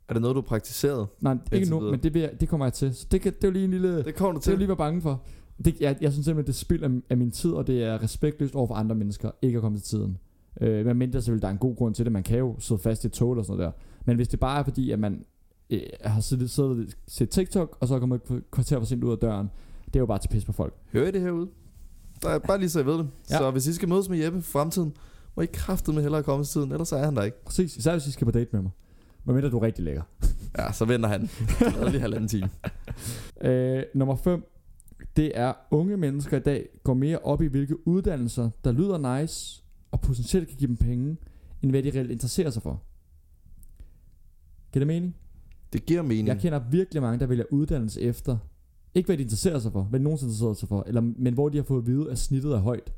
[SPEAKER 1] Er det noget, du har praktiseret?
[SPEAKER 2] Nej, ikke
[SPEAKER 1] Indtil
[SPEAKER 2] nu,
[SPEAKER 1] videre.
[SPEAKER 2] men det, vil jeg, det kommer jeg til. Så det, kan, det er jo lige en lille...
[SPEAKER 1] Det kommer du
[SPEAKER 2] Det er
[SPEAKER 1] til.
[SPEAKER 2] jeg lige være bange for. Det, jeg, jeg synes simpelthen, det er spild af, af min tid, og det er respektløst over for andre mennesker, ikke at komme til tiden. Øh, men mindre selvfølgelig, der er en god grund til det. Man kan jo sidde fast i et tog eller sådan noget der. Men hvis det bare er fordi, at man øh, har siddet, siddet og set TikTok, og så er kommet et kvarter for sent ud af døren, det er jo bare til pis på folk.
[SPEAKER 1] Hører I det herude? Der er bare lige så jeg ved det.
[SPEAKER 2] Ja.
[SPEAKER 1] Ja. Så hvis I skal mødes med Jeppe i fremtiden, må I kraftet med hellere komme til tiden, ellers så er han der ikke.
[SPEAKER 2] Præcis, især hvis I skal på date med mig. Men mindre du er rigtig lækker.
[SPEAKER 1] Ja, så venter han. Det er lige halvanden time.
[SPEAKER 2] Øh, nummer 5. Det er, unge mennesker i dag går mere op i, hvilke uddannelser, der lyder nice, og potentielt kan give dem penge, end hvad de reelt interesserer sig for. Giver det mening?
[SPEAKER 1] Det giver mening.
[SPEAKER 2] Jeg kender virkelig mange, der vælger uddannelse efter. Ikke hvad de interesserer sig for, hvad de nogensinde interesserer sig for, eller, men hvor de har fået at vide, at snittet er højt.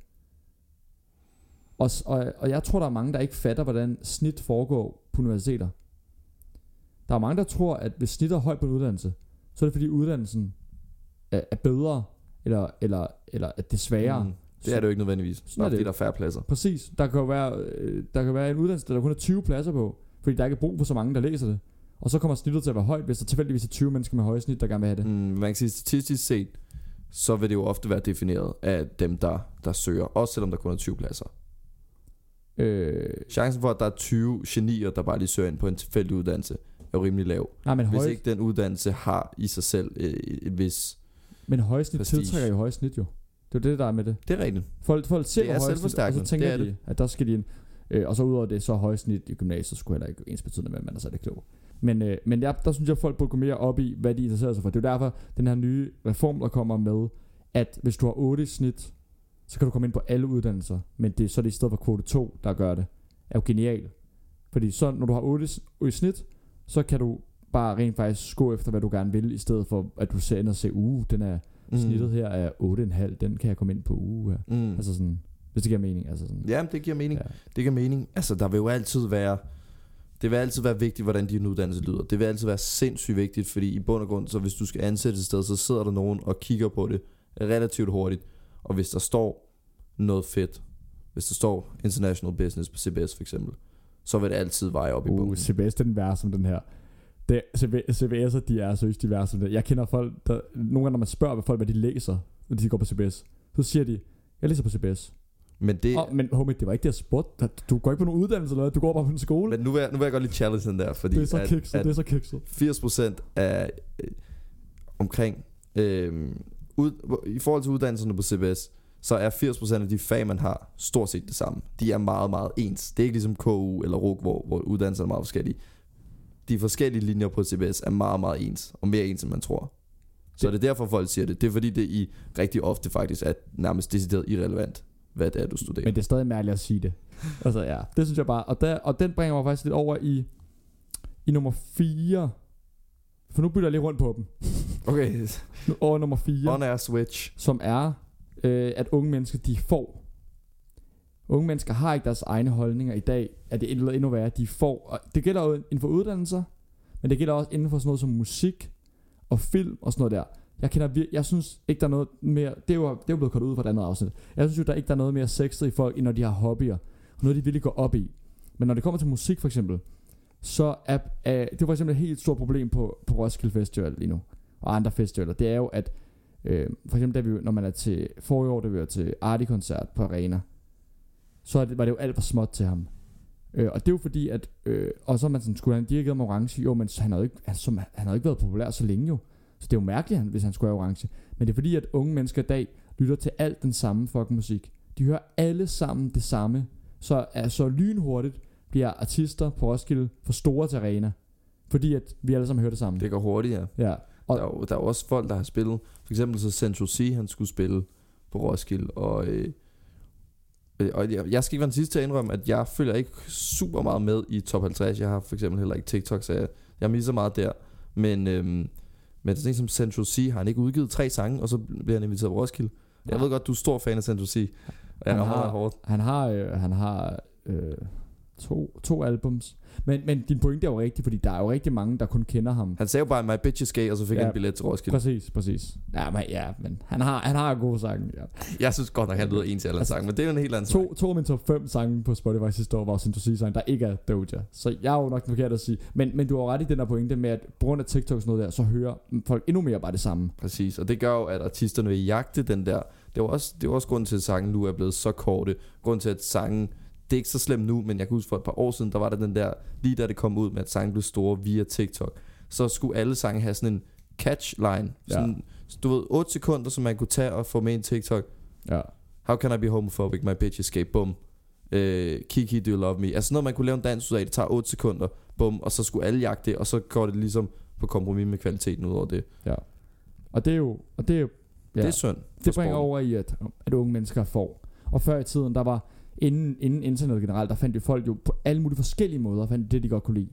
[SPEAKER 2] Og, s- og, og jeg tror, der er mange, der ikke fatter, hvordan snit foregår på universiteter. Der er mange, der tror, at hvis snittet er højt på en uddannelse, så er det fordi uddannelsen er, er bedre, eller, eller, eller at det er sværere. Mm.
[SPEAKER 1] Mm, det er det jo ikke nødvendigvis.
[SPEAKER 2] Sådan er
[SPEAKER 1] Bare
[SPEAKER 2] det.
[SPEAKER 1] fordi der er færre pladser.
[SPEAKER 2] Præcis. Der kan jo være, øh, der kan være en uddannelse, der kun er 20 pladser på, fordi der ikke er brug for så mange, der læser det. Og så kommer snittet til at være højt, hvis der tilfældigvis er 20 mennesker med høje snit, der gerne vil have det.
[SPEAKER 1] Mm, man kan sige, statistisk set, så vil det jo ofte være defineret af dem, der, der søger. Også selvom der kun er 20 pladser. Mm.
[SPEAKER 2] Øh,
[SPEAKER 1] Chancen for, at der er 20 genier, der bare lige søger ind på en tilfældig uddannelse, er jo rimelig lav.
[SPEAKER 2] nej, men,
[SPEAKER 1] Hvis
[SPEAKER 2] høj,
[SPEAKER 1] ikke den uddannelse har i sig selv øh, et vis...
[SPEAKER 2] men højsnit
[SPEAKER 1] Prestige.
[SPEAKER 2] tiltrækker jo højsnit jo. Det er jo det, der er med det.
[SPEAKER 1] Det er rigtigt.
[SPEAKER 2] Folk, folk ser
[SPEAKER 1] Det er
[SPEAKER 2] højsnit, og så
[SPEAKER 1] selvforstærkende.
[SPEAKER 2] tænker
[SPEAKER 1] Det er
[SPEAKER 2] de,
[SPEAKER 1] det.
[SPEAKER 2] at der skal de ind. Øh, og så udover det, så er højsnit i gymnasiet skulle heller ikke ens betydende med, at man er særlig klog. Men, øh, men der, der synes jeg, at folk burde gå mere op i, hvad de interesserer sig for. Det er jo derfor, den her nye reform, der kommer med, at hvis du har 8 i snit, så kan du komme ind på alle uddannelser, men det, så er det i stedet for kvote 2, der gør det. Er jo genial. Fordi så, når du har 8 i snit, så kan du bare rent faktisk gå efter, hvad du gerne vil, i stedet for, at du ser ind og ser, uh, den er mm. snittet her er 8,5, den kan jeg komme ind på uge her.
[SPEAKER 1] Mm.
[SPEAKER 2] Altså sådan, hvis det giver mening. Altså sådan.
[SPEAKER 1] Jamen, det giver mening.
[SPEAKER 2] Ja.
[SPEAKER 1] Ja. Det giver mening. Altså, der vil jo altid være... Det vil altid være vigtigt, hvordan din uddannelse lyder. Det vil altid være sindssygt vigtigt, fordi i bund og grund, så hvis du skal ansætte et sted, så sidder der nogen og kigger på det relativt hurtigt. Og hvis der står noget fedt, hvis der står International Business på CBS for eksempel, så vil det altid veje op i
[SPEAKER 2] Uh,
[SPEAKER 1] bunden.
[SPEAKER 2] CBS, den værre som den her. Det, CB- CBS'er, de er seriøst, de værre som det. Jeg kender folk, der, nogle gange, når man spørger hvad folk, hvad de læser, når de går på CBS, så siger de, jeg læser på CBS.
[SPEAKER 1] Men, det,
[SPEAKER 2] Yeah. Oh, men homie, det var ikke det, jeg spurgte. dig. Du går ikke på nogen uddannelse eller noget, du går bare på en skole. Men,
[SPEAKER 1] men nu, vil jeg, nu vil jeg godt lige challenge den der, fordi
[SPEAKER 2] det er så
[SPEAKER 1] at,
[SPEAKER 2] kikset,
[SPEAKER 1] at
[SPEAKER 2] det er så kikset.
[SPEAKER 1] 80% af øh, omkring øh, ud, i forhold til uddannelserne på CBS, så er 80% af de fag, man har, stort set det samme. De er meget, meget ens. Det er ikke ligesom KU eller RUG, hvor, hvor uddannelserne er meget forskellige. De forskellige linjer på CBS er meget, meget ens, og mere ens, end man tror. Så det,
[SPEAKER 2] Det-
[SPEAKER 1] det er derfor, folk siger det. Det er fordi, det i rigtig ofte faktisk er nærmest decideret irrelevant, hvad det er, du studerer.
[SPEAKER 2] Men det er stadig mærkeligt at sige det. Altså ja, det synes jeg bare. Og, der, og den bringer mig faktisk lidt over i, i nummer 4. For nu bytter jeg lige rundt på dem.
[SPEAKER 1] okay,
[SPEAKER 2] Nu over i nummer 4.
[SPEAKER 1] on-air switch.
[SPEAKER 2] som er, øh, at unge mennesker, de får. Unge mennesker har ikke deres egne holdninger i dag, at det endnu, endnu værre, de får. Og det gælder jo inden for uddannelser, men det gælder også inden for sådan noget som musik og film og sådan noget der. Jeg, kender vir- jeg synes ikke, der er noget mere... Det er jo, det er jo blevet kort ud fra et andet afsnit. Jeg synes jo, der ikke der er noget mere sexet i folk, end når de har hobbyer. Og noget, de virkelig går op i. Men når det kommer til musik for eksempel, så er, er det er for eksempel et helt stort problem på, på Roskilde Festival lige nu. Og andre festivaler. Det er jo, at Øh, for eksempel, da vi, når man er til forrige år, da vi var til Arti-koncert på Arena, så er det, var det jo alt for småt til ham. Øh, og det er jo fordi, at... Øh, og så er man sådan, skulle han de have givet ham orange? Jo, men så- han har jo ikke, han, som, han har jo ikke været populær så længe jo. Så det er jo mærkeligt, han, hvis han skulle have orange. Men det er fordi, at unge mennesker i dag lytter til alt den samme fucking musik. De hører alle sammen det samme. Så altså, lynhurtigt bliver artister på Roskilde for store til arena. Fordi at vi alle sammen hører det samme.
[SPEAKER 1] Det går hurtigt, ja.
[SPEAKER 2] Ja.
[SPEAKER 1] Og
[SPEAKER 2] Og-
[SPEAKER 1] der, er jo, der er jo også folk, der har spillet. For eksempel så Central C, han skulle spille på Roskilde. Og, øh, øh, og jeg, jeg skal ikke være den sidste til at indrømme, at jeg følger ikke super meget med i top 50. Jeg har for eksempel heller ikke TikTok, så jeg, jeg misser meget der. Men, øh, Men sådan en som Central C har han ikke udgivet tre sange, og så bliver han inviteret på Roskilde. Jeg ved godt, du er stor fan af Central C. Og jeg
[SPEAKER 2] Han
[SPEAKER 1] rammer
[SPEAKER 2] har-
[SPEAKER 1] dig hårdt.
[SPEAKER 2] Han har, øh, han har øh, to, to albums. Men, men din pointe er jo rigtig, fordi der er jo rigtig mange, der kun kender ham.
[SPEAKER 1] Han sagde jo bare, my bitch is gay, og så fik
[SPEAKER 2] Ja.
[SPEAKER 1] ja. han en billet til Roskilde.
[SPEAKER 2] Præcis, præcis. Ja, men, ja, men han har, han har gode sange. Ja.
[SPEAKER 1] Jeg synes godt nok, han lyder en til alle
[SPEAKER 2] Altså,
[SPEAKER 1] sange, men det er jo en helt anden snak.
[SPEAKER 2] To, to af mine top 5 sange på Spotify sidste år var Sintosige sange, der ikke er Doja. Så jeg er jo nok den forkerte at sige. Men, men du har jo ret i den der pointe med, at på grund af TikTok og sådan noget der, så hører folk endnu mere bare det samme.
[SPEAKER 1] Præcis, og det gør jo, at artisterne vil jagte den der. Det var også, det var også grunden til, at sangen nu er blevet så korte. Grunden til, at sangen, det er ikke så slemt nu, men jeg kan huske for et par år siden, der var der den der, lige da det kom ud med, at sangen blev store via TikTok, så skulle alle sange have sådan en catchline.
[SPEAKER 2] Ja.
[SPEAKER 1] Sådan, du ved, 8 sekunder, som man kunne tage og få med en TikTok.
[SPEAKER 2] Ja.
[SPEAKER 1] How can I be homophobic, my bitch escape, bum. Øh, Kiki, do you love me? Altså når man kunne lave en dans ud af, det tager 8 sekunder, bum, og så skulle alle jagte det, og så går det ligesom på kompromis med kvaliteten ud over det.
[SPEAKER 2] Og det er jo, og det er jo, ja.
[SPEAKER 1] Ja. Det er synd.
[SPEAKER 2] Det
[SPEAKER 1] for sporten.
[SPEAKER 2] bringer over i, at, at unge mennesker får. Og før i tiden, der var, inden, inden internet generelt, der fandt jo folk jo på alle mulige forskellige måder, fandt det, de godt kunne lide.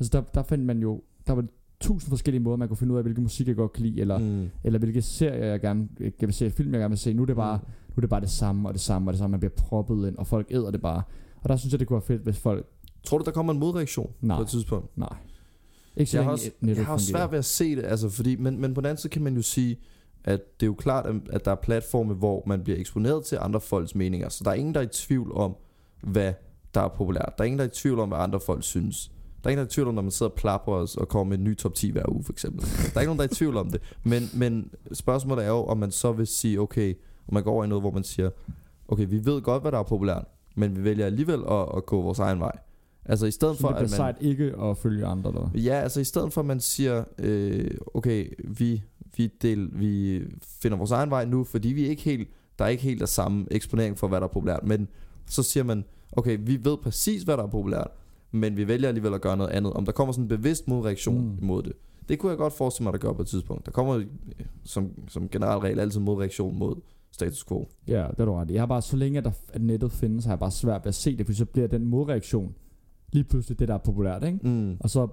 [SPEAKER 2] Altså der, der fandt man jo, der var tusind forskellige måder, man kunne finde ud af, hvilken musik jeg godt kan lide, eller, mm.
[SPEAKER 1] Mm. Mm.
[SPEAKER 2] eller hvilke serier jeg gerne jeg vil se, film jeg gerne vil se. Nu er, det bare, nu er det bare det samme, og det samme, og det samme, man bliver proppet ind, og folk æder det bare. Og der synes jeg, det kunne være fedt, hvis folk...
[SPEAKER 1] Tror du, der kommer en modreaktion
[SPEAKER 2] Nej.
[SPEAKER 1] på et tidspunkt?
[SPEAKER 2] Nej. Ikke så
[SPEAKER 1] jeg
[SPEAKER 2] længe
[SPEAKER 1] har, også,
[SPEAKER 2] nettet
[SPEAKER 1] jeg har også
[SPEAKER 2] fungerer.
[SPEAKER 1] svært ved at se det, altså, fordi, men, men på den anden side kan man jo sige, at det er jo klart, at, at der er platforme, hvor man bliver eksponeret til andre folks meninger. Så der er ingen, der er i tvivl om, hvad der er populært. Der er ingen, der er i tvivl om, hvad andre folk synes. Der er ingen, der er i tvivl om, når man sidder og plapper os og kommer med en ny top 10 hver uge, for eksempel. Der er ikke nogen, der er i tvivl om det. Men, men spørgsmålet er jo, om man så vil sige, okay, om man går over i noget, hvor man siger, okay, vi ved godt, hvad der er populært, men vi vælger alligevel at, at gå vores egen vej. Altså i stedet
[SPEAKER 2] Så
[SPEAKER 1] for,
[SPEAKER 2] det bliver
[SPEAKER 1] at man...
[SPEAKER 2] sejt ikke at følge andre, eller hvad?
[SPEAKER 1] Ja, altså i stedet for at man siger, øh, okay, vi, vi, del, vi finder vores egen vej nu, fordi vi er ikke helt, der er ikke helt der samme eksponering for, hvad der er populært, men så siger man, okay, vi ved præcis, hvad der er populært, men vi vælger alligevel at gøre noget andet. Om der kommer sådan en bevidst modreaktion
[SPEAKER 2] Mm.
[SPEAKER 1] mm. imod det, det kunne jeg godt forestille mig, der gør på et tidspunkt. Der kommer øh, som, som generel regel altid en modreaktion mod status quo.
[SPEAKER 2] Ja, det er du ret. i. Jeg har bare, så længe at, der, at nettet findes, har jeg bare svært ved at se det, for så bliver den modreaktion lige pludselig det, der er populært, ikke?
[SPEAKER 1] Mm.
[SPEAKER 2] Og så,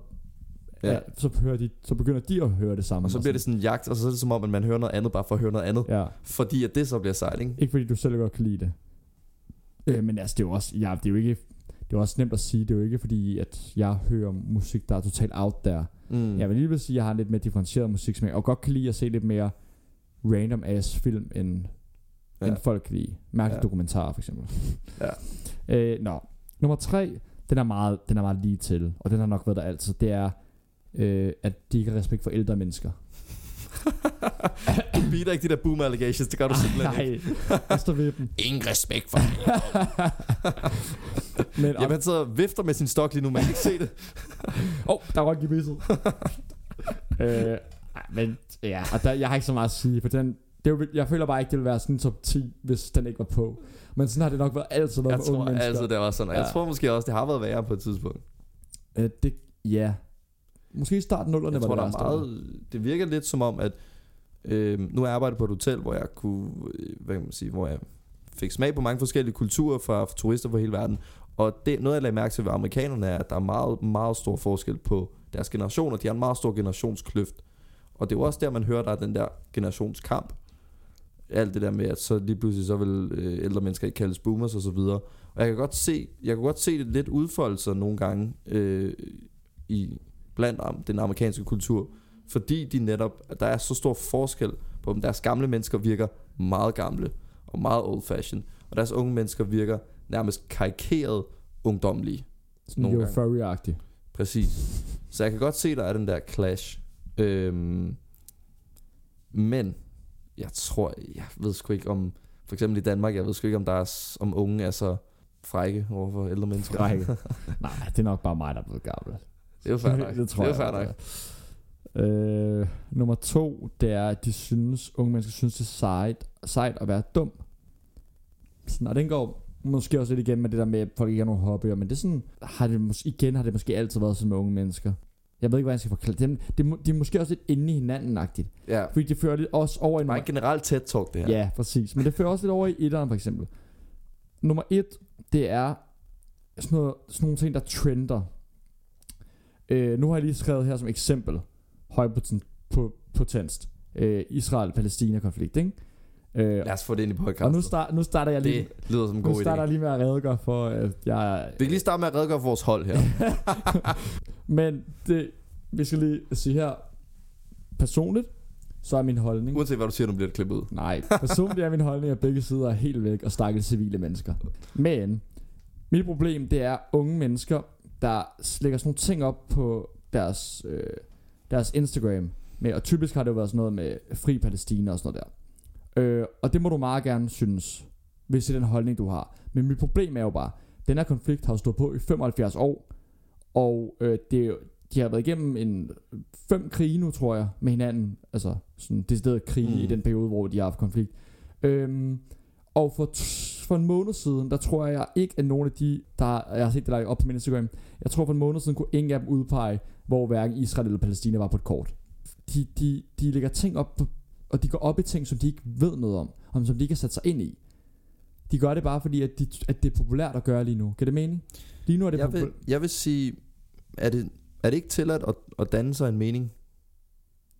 [SPEAKER 2] ja.
[SPEAKER 1] Ja.
[SPEAKER 2] Ja, så, hører de, så begynder de at høre det samme.
[SPEAKER 1] Og så bliver det sådan en jagt, og så er det som om, at man hører noget andet, bare for at høre noget andet,
[SPEAKER 2] Ja,
[SPEAKER 1] fordi at det så bliver sejt, ikke?
[SPEAKER 2] ikke fordi du selv godt kan lide det. Øh, men altså, det er jo også, ja, det er jo ikke, det er jo også nemt at sige, det er jo ikke fordi, at jeg hører musik, der er totalt out der.
[SPEAKER 1] Mm.
[SPEAKER 2] Mm. Jeg vil lige vil sige, at jeg har en lidt mere differentieret musiksmag, og godt kan lide at se lidt mere random ass film, end, ja.
[SPEAKER 1] Ja.
[SPEAKER 2] end folk kan lide. Mærkelige ja.
[SPEAKER 1] Ja.
[SPEAKER 2] dokumentarer, for eksempel.
[SPEAKER 1] Ja.
[SPEAKER 2] Øh, nå. Nummer tre, den er, meget, den er meget lige til, og den har nok været der altid. Det er, øh, at de ikke har respekt for ældre mennesker.
[SPEAKER 1] du beater ikke de der boom allegations, det gør du simpelthen ikke.
[SPEAKER 2] Nej, jeg står ved dem.
[SPEAKER 1] Ingen respekt for det.
[SPEAKER 2] Men,
[SPEAKER 1] Jamen han sidder og vifter med sin stok lige nu, man kan ikke se det.
[SPEAKER 2] Åh, oh, der røg i bisset. øh, ej, men ja, og der, jeg har ikke så meget at sige, for den, det er jo, jeg føler bare ikke, det ville være sådan en top 10, hvis den ikke var på. Men sådan har det nok været altid været
[SPEAKER 1] Jeg
[SPEAKER 2] for
[SPEAKER 1] tror
[SPEAKER 2] unge mennesker.
[SPEAKER 1] altid, det var sådan. Og jeg
[SPEAKER 2] Ja.
[SPEAKER 1] tror måske også, det har været værre på et tidspunkt.
[SPEAKER 2] Øh, det, ja. Måske i starten af nullerne
[SPEAKER 1] Jeg tror,
[SPEAKER 2] var
[SPEAKER 1] der
[SPEAKER 2] det
[SPEAKER 1] er
[SPEAKER 2] værste.
[SPEAKER 1] meget... Det virker lidt som om, at... Øh, nu har jeg arbejdet på et hotel, hvor jeg kunne... øh, Hvad kan man sige? Hvor jeg fik smag på mange forskellige kulturer fra, fra turister fra hele verden. Og det, noget, jeg lagde mærke til ved amerikanerne, er, at der er meget, meget stor forskel på deres generationer. De har en meget stor generationskløft. Og det er jo også der, man hører, der er den der generationskamp. Alt det der med, at så lige pludselig så vil øh, ældre mennesker ikke kaldes boomers og så videre. Og jeg kan godt se, jeg kan godt se det lidt udfolde sig nogle gange øh, i, blandt am- den amerikanske kultur, fordi de netop, der er så stor forskel på dem. Deres gamle mennesker virker meget gamle og meget old fashion, og deres unge mennesker virker nærmest karikeret ungdomlige.
[SPEAKER 2] Sådan
[SPEAKER 1] nogle
[SPEAKER 2] jo
[SPEAKER 1] gange.
[SPEAKER 2] furry-agtig.
[SPEAKER 1] Præcis. Så jeg kan godt se, der er den der clash. Øhm, men jeg tror, jeg ved sgu ikke om, for eksempel i Danmark, jeg ved sgu ikke om, der er, s- om unge er så frække overfor ældre mennesker.
[SPEAKER 2] Frække. Nej, det er nok bare mig, der er blevet gammel.
[SPEAKER 1] Det er jo fair nok.
[SPEAKER 2] det tror
[SPEAKER 1] det
[SPEAKER 2] jeg.
[SPEAKER 1] er jo fair nok.
[SPEAKER 2] Øh, nummer to, det er, at de synes, unge mennesker synes, det er sejt, sejt at være dum. Sådan, og den går måske også lidt igen med det der med, at folk ikke har nogen hobbyer, men det er sådan, har det mås- igen har det måske altid været sådan med unge mennesker. Jeg ved ikke, hvordan jeg skal forklare dem. Det, må- de er måske også lidt inde i hinanden-agtigt.
[SPEAKER 1] Ja.
[SPEAKER 2] Fordi det fører lidt også over i
[SPEAKER 1] Det er
[SPEAKER 2] nummer...
[SPEAKER 1] en generelt tæt talk, det her.
[SPEAKER 2] Ja, præcis. Men det fører også lidt over i etteren, for eksempel. Nummer et, det er sådan, noget, sådan nogle ting, der trender. Øh, nu har jeg lige skrevet her som eksempel, højt på, ten, på, potens. Øh, Israel-Palæstina-konflikt, ikke? Øh,
[SPEAKER 1] Lad os få det ind i podcasten.
[SPEAKER 2] og nu, start, nu starter jeg lige...
[SPEAKER 1] det lyder som en
[SPEAKER 2] Nu
[SPEAKER 1] god idé.
[SPEAKER 2] starter jeg lige med at redegøre for, at jeg...
[SPEAKER 1] Vi kan lige starte med at redegøre for vores hold her.
[SPEAKER 2] Men det, vi skal lige sige her, personligt, så er min holdning...
[SPEAKER 1] Uanset hvad du siger, nu bliver det klippet ud.
[SPEAKER 2] Nej, personligt er min holdning, at begge sider er helt væk og stakkels civile mennesker. Men mit problem, det er unge mennesker, der slækker sådan nogle ting op på deres, øh, deres Instagram. Med, og typisk har det jo været sådan noget med fri Palæstina og sådan noget der. Øh, og det må du meget gerne synes, hvis det er den holdning, du har. Men mit problem er jo bare, den her konflikt har jo stået på i 75 år, og øh, det, er jo- de har været igennem en fem krige nu, tror jeg, med hinanden. Altså sådan decideret krige
[SPEAKER 1] Mm.
[SPEAKER 2] mm. i den periode, hvor de har haft konflikt. Øhm, og for, t- for en måned siden, der tror jeg ikke, at nogen af de, der jeg har set det der op på min Instagram, jeg tror for en måned siden kunne ingen af dem udpege, hvor hverken Israel eller Palæstina var på et kort. De, de, de lægger ting op, på, og de går op i ting, som de ikke ved noget om, og som de ikke har sat sig ind i. De gør det bare fordi, at, de, at det er populært at gøre lige nu. Kan det mening? Lige nu er det
[SPEAKER 1] Jeg vil,
[SPEAKER 2] populært.
[SPEAKER 1] jeg vil sige, er det, er det ikke tilladt at, at danne sig en mening?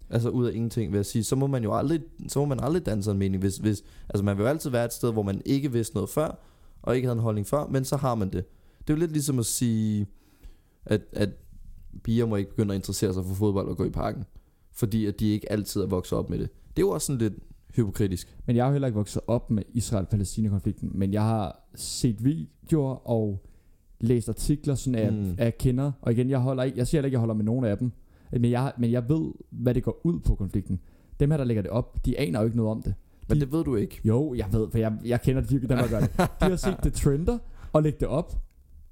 [SPEAKER 1] Altså ud af ingenting, vil jeg sige. Så må man jo aldrig, så må man aldrig danne sig en mening. Hvis, hvis, altså man vil jo altid være et sted, hvor man ikke vidste noget før, og ikke havde en holdning før, men så har man det. Det er jo lidt ligesom at sige, at, at piger må ikke begynde at interessere sig for fodbold og gå i parken. Fordi at de ikke altid er vokset op med det. Det er jo også sådan lidt hypokritisk.
[SPEAKER 2] Men jeg har jo heller ikke vokset op med Israel-Palæstina-konflikten, men jeg har set videoer og læst artikler, sådan at,
[SPEAKER 1] Mm.
[SPEAKER 2] mm. at jeg kender, og igen, jeg, holder ikke, jeg siger heller ikke, at jeg holder med nogen af dem, men jeg, men jeg ved, hvad det går ud på konflikten. Dem her, der lægger det op, de aner jo ikke noget om det.
[SPEAKER 1] Men
[SPEAKER 2] De-
[SPEAKER 1] det ved du ikke.
[SPEAKER 2] Jo, jeg ved, for jeg, jeg kender de, dem, der gør det. De har set det trender og lægger det op,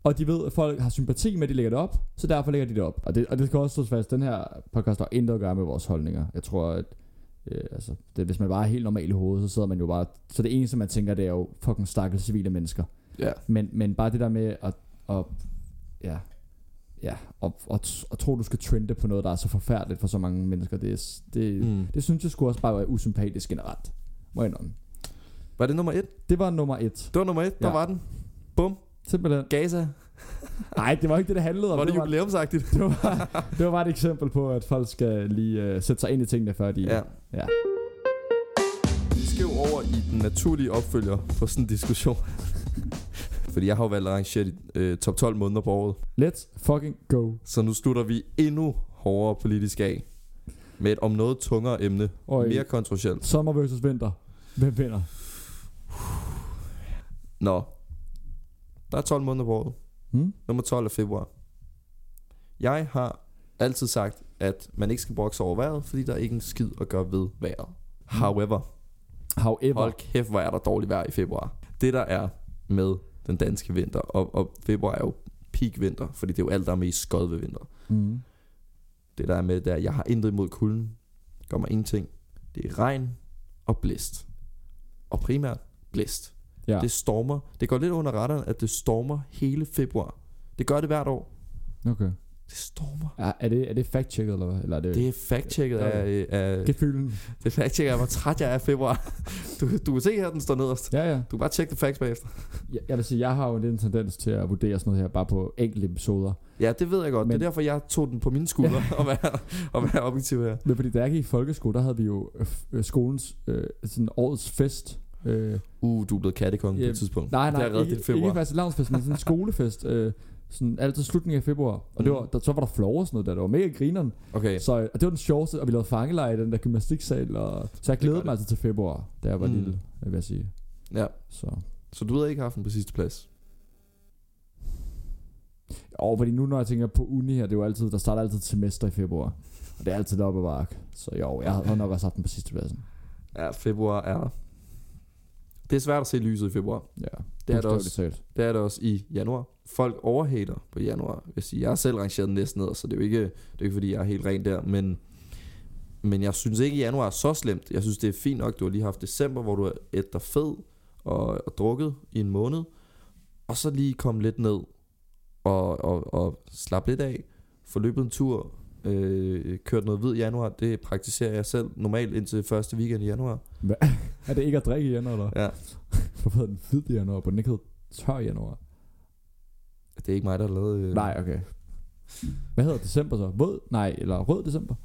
[SPEAKER 2] og de ved, at folk har sympati med, at de lægger det op, så derfor lægger de det op. Og det, og det skal også slås fast, den her podcast har intet at gøre med vores holdninger. Jeg tror, at øh, altså, det, hvis man bare er helt normal i hovedet, så sidder man jo bare... Så det eneste, man tænker, det er jo fucking stakkels civile mennesker.
[SPEAKER 1] Ja.
[SPEAKER 2] Men, men bare det der med at, at ja, ja, og, og, og tro, du skal trende på noget, der er så forfærdeligt for så mange mennesker, det, er s- det, mm.
[SPEAKER 1] Mm.
[SPEAKER 2] det synes jeg skulle også bare være usympatisk generelt. Må jeg indrømme.
[SPEAKER 1] Var det nummer et?
[SPEAKER 2] Det var nummer et.
[SPEAKER 1] Det var nummer et, der
[SPEAKER 2] Ja.
[SPEAKER 1] var den. Bum.
[SPEAKER 2] Simpelthen.
[SPEAKER 1] Gaza.
[SPEAKER 2] Nej, det var ikke det, det handlede om.
[SPEAKER 1] Var det
[SPEAKER 2] var,
[SPEAKER 1] jubilæumsagtigt?
[SPEAKER 2] det, var, bare- det var bare et eksempel på, at folk skal lige øh, sætte sig ind i tingene, før de...
[SPEAKER 1] Ja.
[SPEAKER 2] Ja.
[SPEAKER 1] Vi skal jo over i den naturlige opfølger på sådan en diskussion. Fordi jeg har jo valgt at arrangere de øh, top 12 måneder på året.
[SPEAKER 2] Let's fucking go.
[SPEAKER 1] Så nu slutter vi endnu hårdere politisk af. Med et om noget tungere emne.
[SPEAKER 2] Og
[SPEAKER 1] Mere kontroversielt.
[SPEAKER 2] sommer versus vinter. Hvem vinder?
[SPEAKER 1] Nå. Der er 12 måneder på året.
[SPEAKER 2] Hmm?
[SPEAKER 1] Nummer 12 er februar. Jeg har altid sagt, at man ikke skal brokse over vejret, fordi der er ikke en skid at gøre ved vejret. However,
[SPEAKER 2] However.
[SPEAKER 1] Hold kæft, hvor er der dårligt vejr i februar. Det der er med den danske vinter, og, og februar er jo peak vinter, fordi det er jo alt, der er mest skød ved vinter.
[SPEAKER 2] Mm.
[SPEAKER 1] Det der er med, det er, at jeg har intet imod kulden. Gør mig ingenting. Det er regn og blæst. Og primært blæst.
[SPEAKER 2] Ja.
[SPEAKER 1] Ja. Det stormer. Det går lidt under radaren, at det stormer hele februar. Det gør det hvert år.
[SPEAKER 2] Okay.
[SPEAKER 1] Det stormer.
[SPEAKER 2] Er, er, det, er det fact-checket, eller hvad? Eller er det...
[SPEAKER 1] Det er fact-checket af, øh, af,
[SPEAKER 2] Gefylen.
[SPEAKER 1] Øh, det er fact-checket af, hvor træt jeg er i februar. Du, du kan se her, den står nederst.
[SPEAKER 2] Ja, ja.
[SPEAKER 1] Du kan bare tjekke det facts bagefter.
[SPEAKER 2] Jeg, jeg vil sige, jeg har jo lidt en tendens til at vurdere sådan noget her, bare på enkelte episoder.
[SPEAKER 1] Ja, det ved jeg godt. Men...
[SPEAKER 2] Men-
[SPEAKER 1] Det er derfor, jeg tog den på mine skuldre og være, og være objektiv her.
[SPEAKER 2] Men fordi da jeg gik i folkeskole, der havde vi jo øh, f- øh, skolens øh, sådan årets fest. Øh,
[SPEAKER 1] Uh, du er blevet kattekongen på
[SPEAKER 2] Ja,
[SPEAKER 1] et tidspunkt.
[SPEAKER 2] Nej, nej,
[SPEAKER 1] det har reddet dit
[SPEAKER 2] ikke,
[SPEAKER 1] februar.
[SPEAKER 2] ikke faktisk lavnsfest, men sådan en skolefest. Øh, sådan altid slutningen af februar. Og det
[SPEAKER 1] Mm.
[SPEAKER 2] var, der, så var der floor og sådan noget der. Det var mega grineren.
[SPEAKER 1] Okay,
[SPEAKER 2] Ja. Så og det var den sjoveste, og vi lavede fangeleje i den der gymnastiksal. Og, så jeg
[SPEAKER 1] Det gør
[SPEAKER 2] glædede
[SPEAKER 1] det.
[SPEAKER 2] mig altså til februar, da jeg var
[SPEAKER 1] Mm.
[SPEAKER 2] mm. lille, jeg vil jeg sige.
[SPEAKER 1] ja.
[SPEAKER 2] Så.
[SPEAKER 1] Så du havde ikke haft den på sidste plads.
[SPEAKER 2] Og fordi nu, når jeg tænker på uni her, det er jo altid, der starter altid et semester i februar. Og det er altid deroppe ad bakke. Så jo, jeg havde nok også haft den på sidste pladsen.
[SPEAKER 1] Ja, februar er... Det er svært at se lyset i februar.
[SPEAKER 2] Ja,
[SPEAKER 1] Det er det
[SPEAKER 2] bogstaveligt
[SPEAKER 1] også,
[SPEAKER 2] Talt.
[SPEAKER 1] det er det også i januar. Folk overhater på januar. vil Jeg, sige. jeg har selv rangeret den næsten ned, så det er jo ikke, det er jo ikke fordi, jeg er helt ren der. Men, men jeg synes ikke, at januar er så slemt. Jeg synes, det er fint nok. Du har lige haft december, hvor du er efter fed og, og drukket i en måned. Og så lige komme lidt ned og, og, og slappe lidt af. Få løbet en tur. Øh, kørt noget hvid januar. Det praktiserer jeg selv normalt indtil første weekend i januar.
[SPEAKER 2] Er det ikke at drikke i januar, eller?
[SPEAKER 1] Ja.
[SPEAKER 2] Hvorfor hedder den hvid i januar, på den ikke hed tør i januar?
[SPEAKER 1] Det er ikke mig, der har lavet... Øh,
[SPEAKER 2] Nej, okay. Hvad hedder december så? Våd? Nej, eller rød december?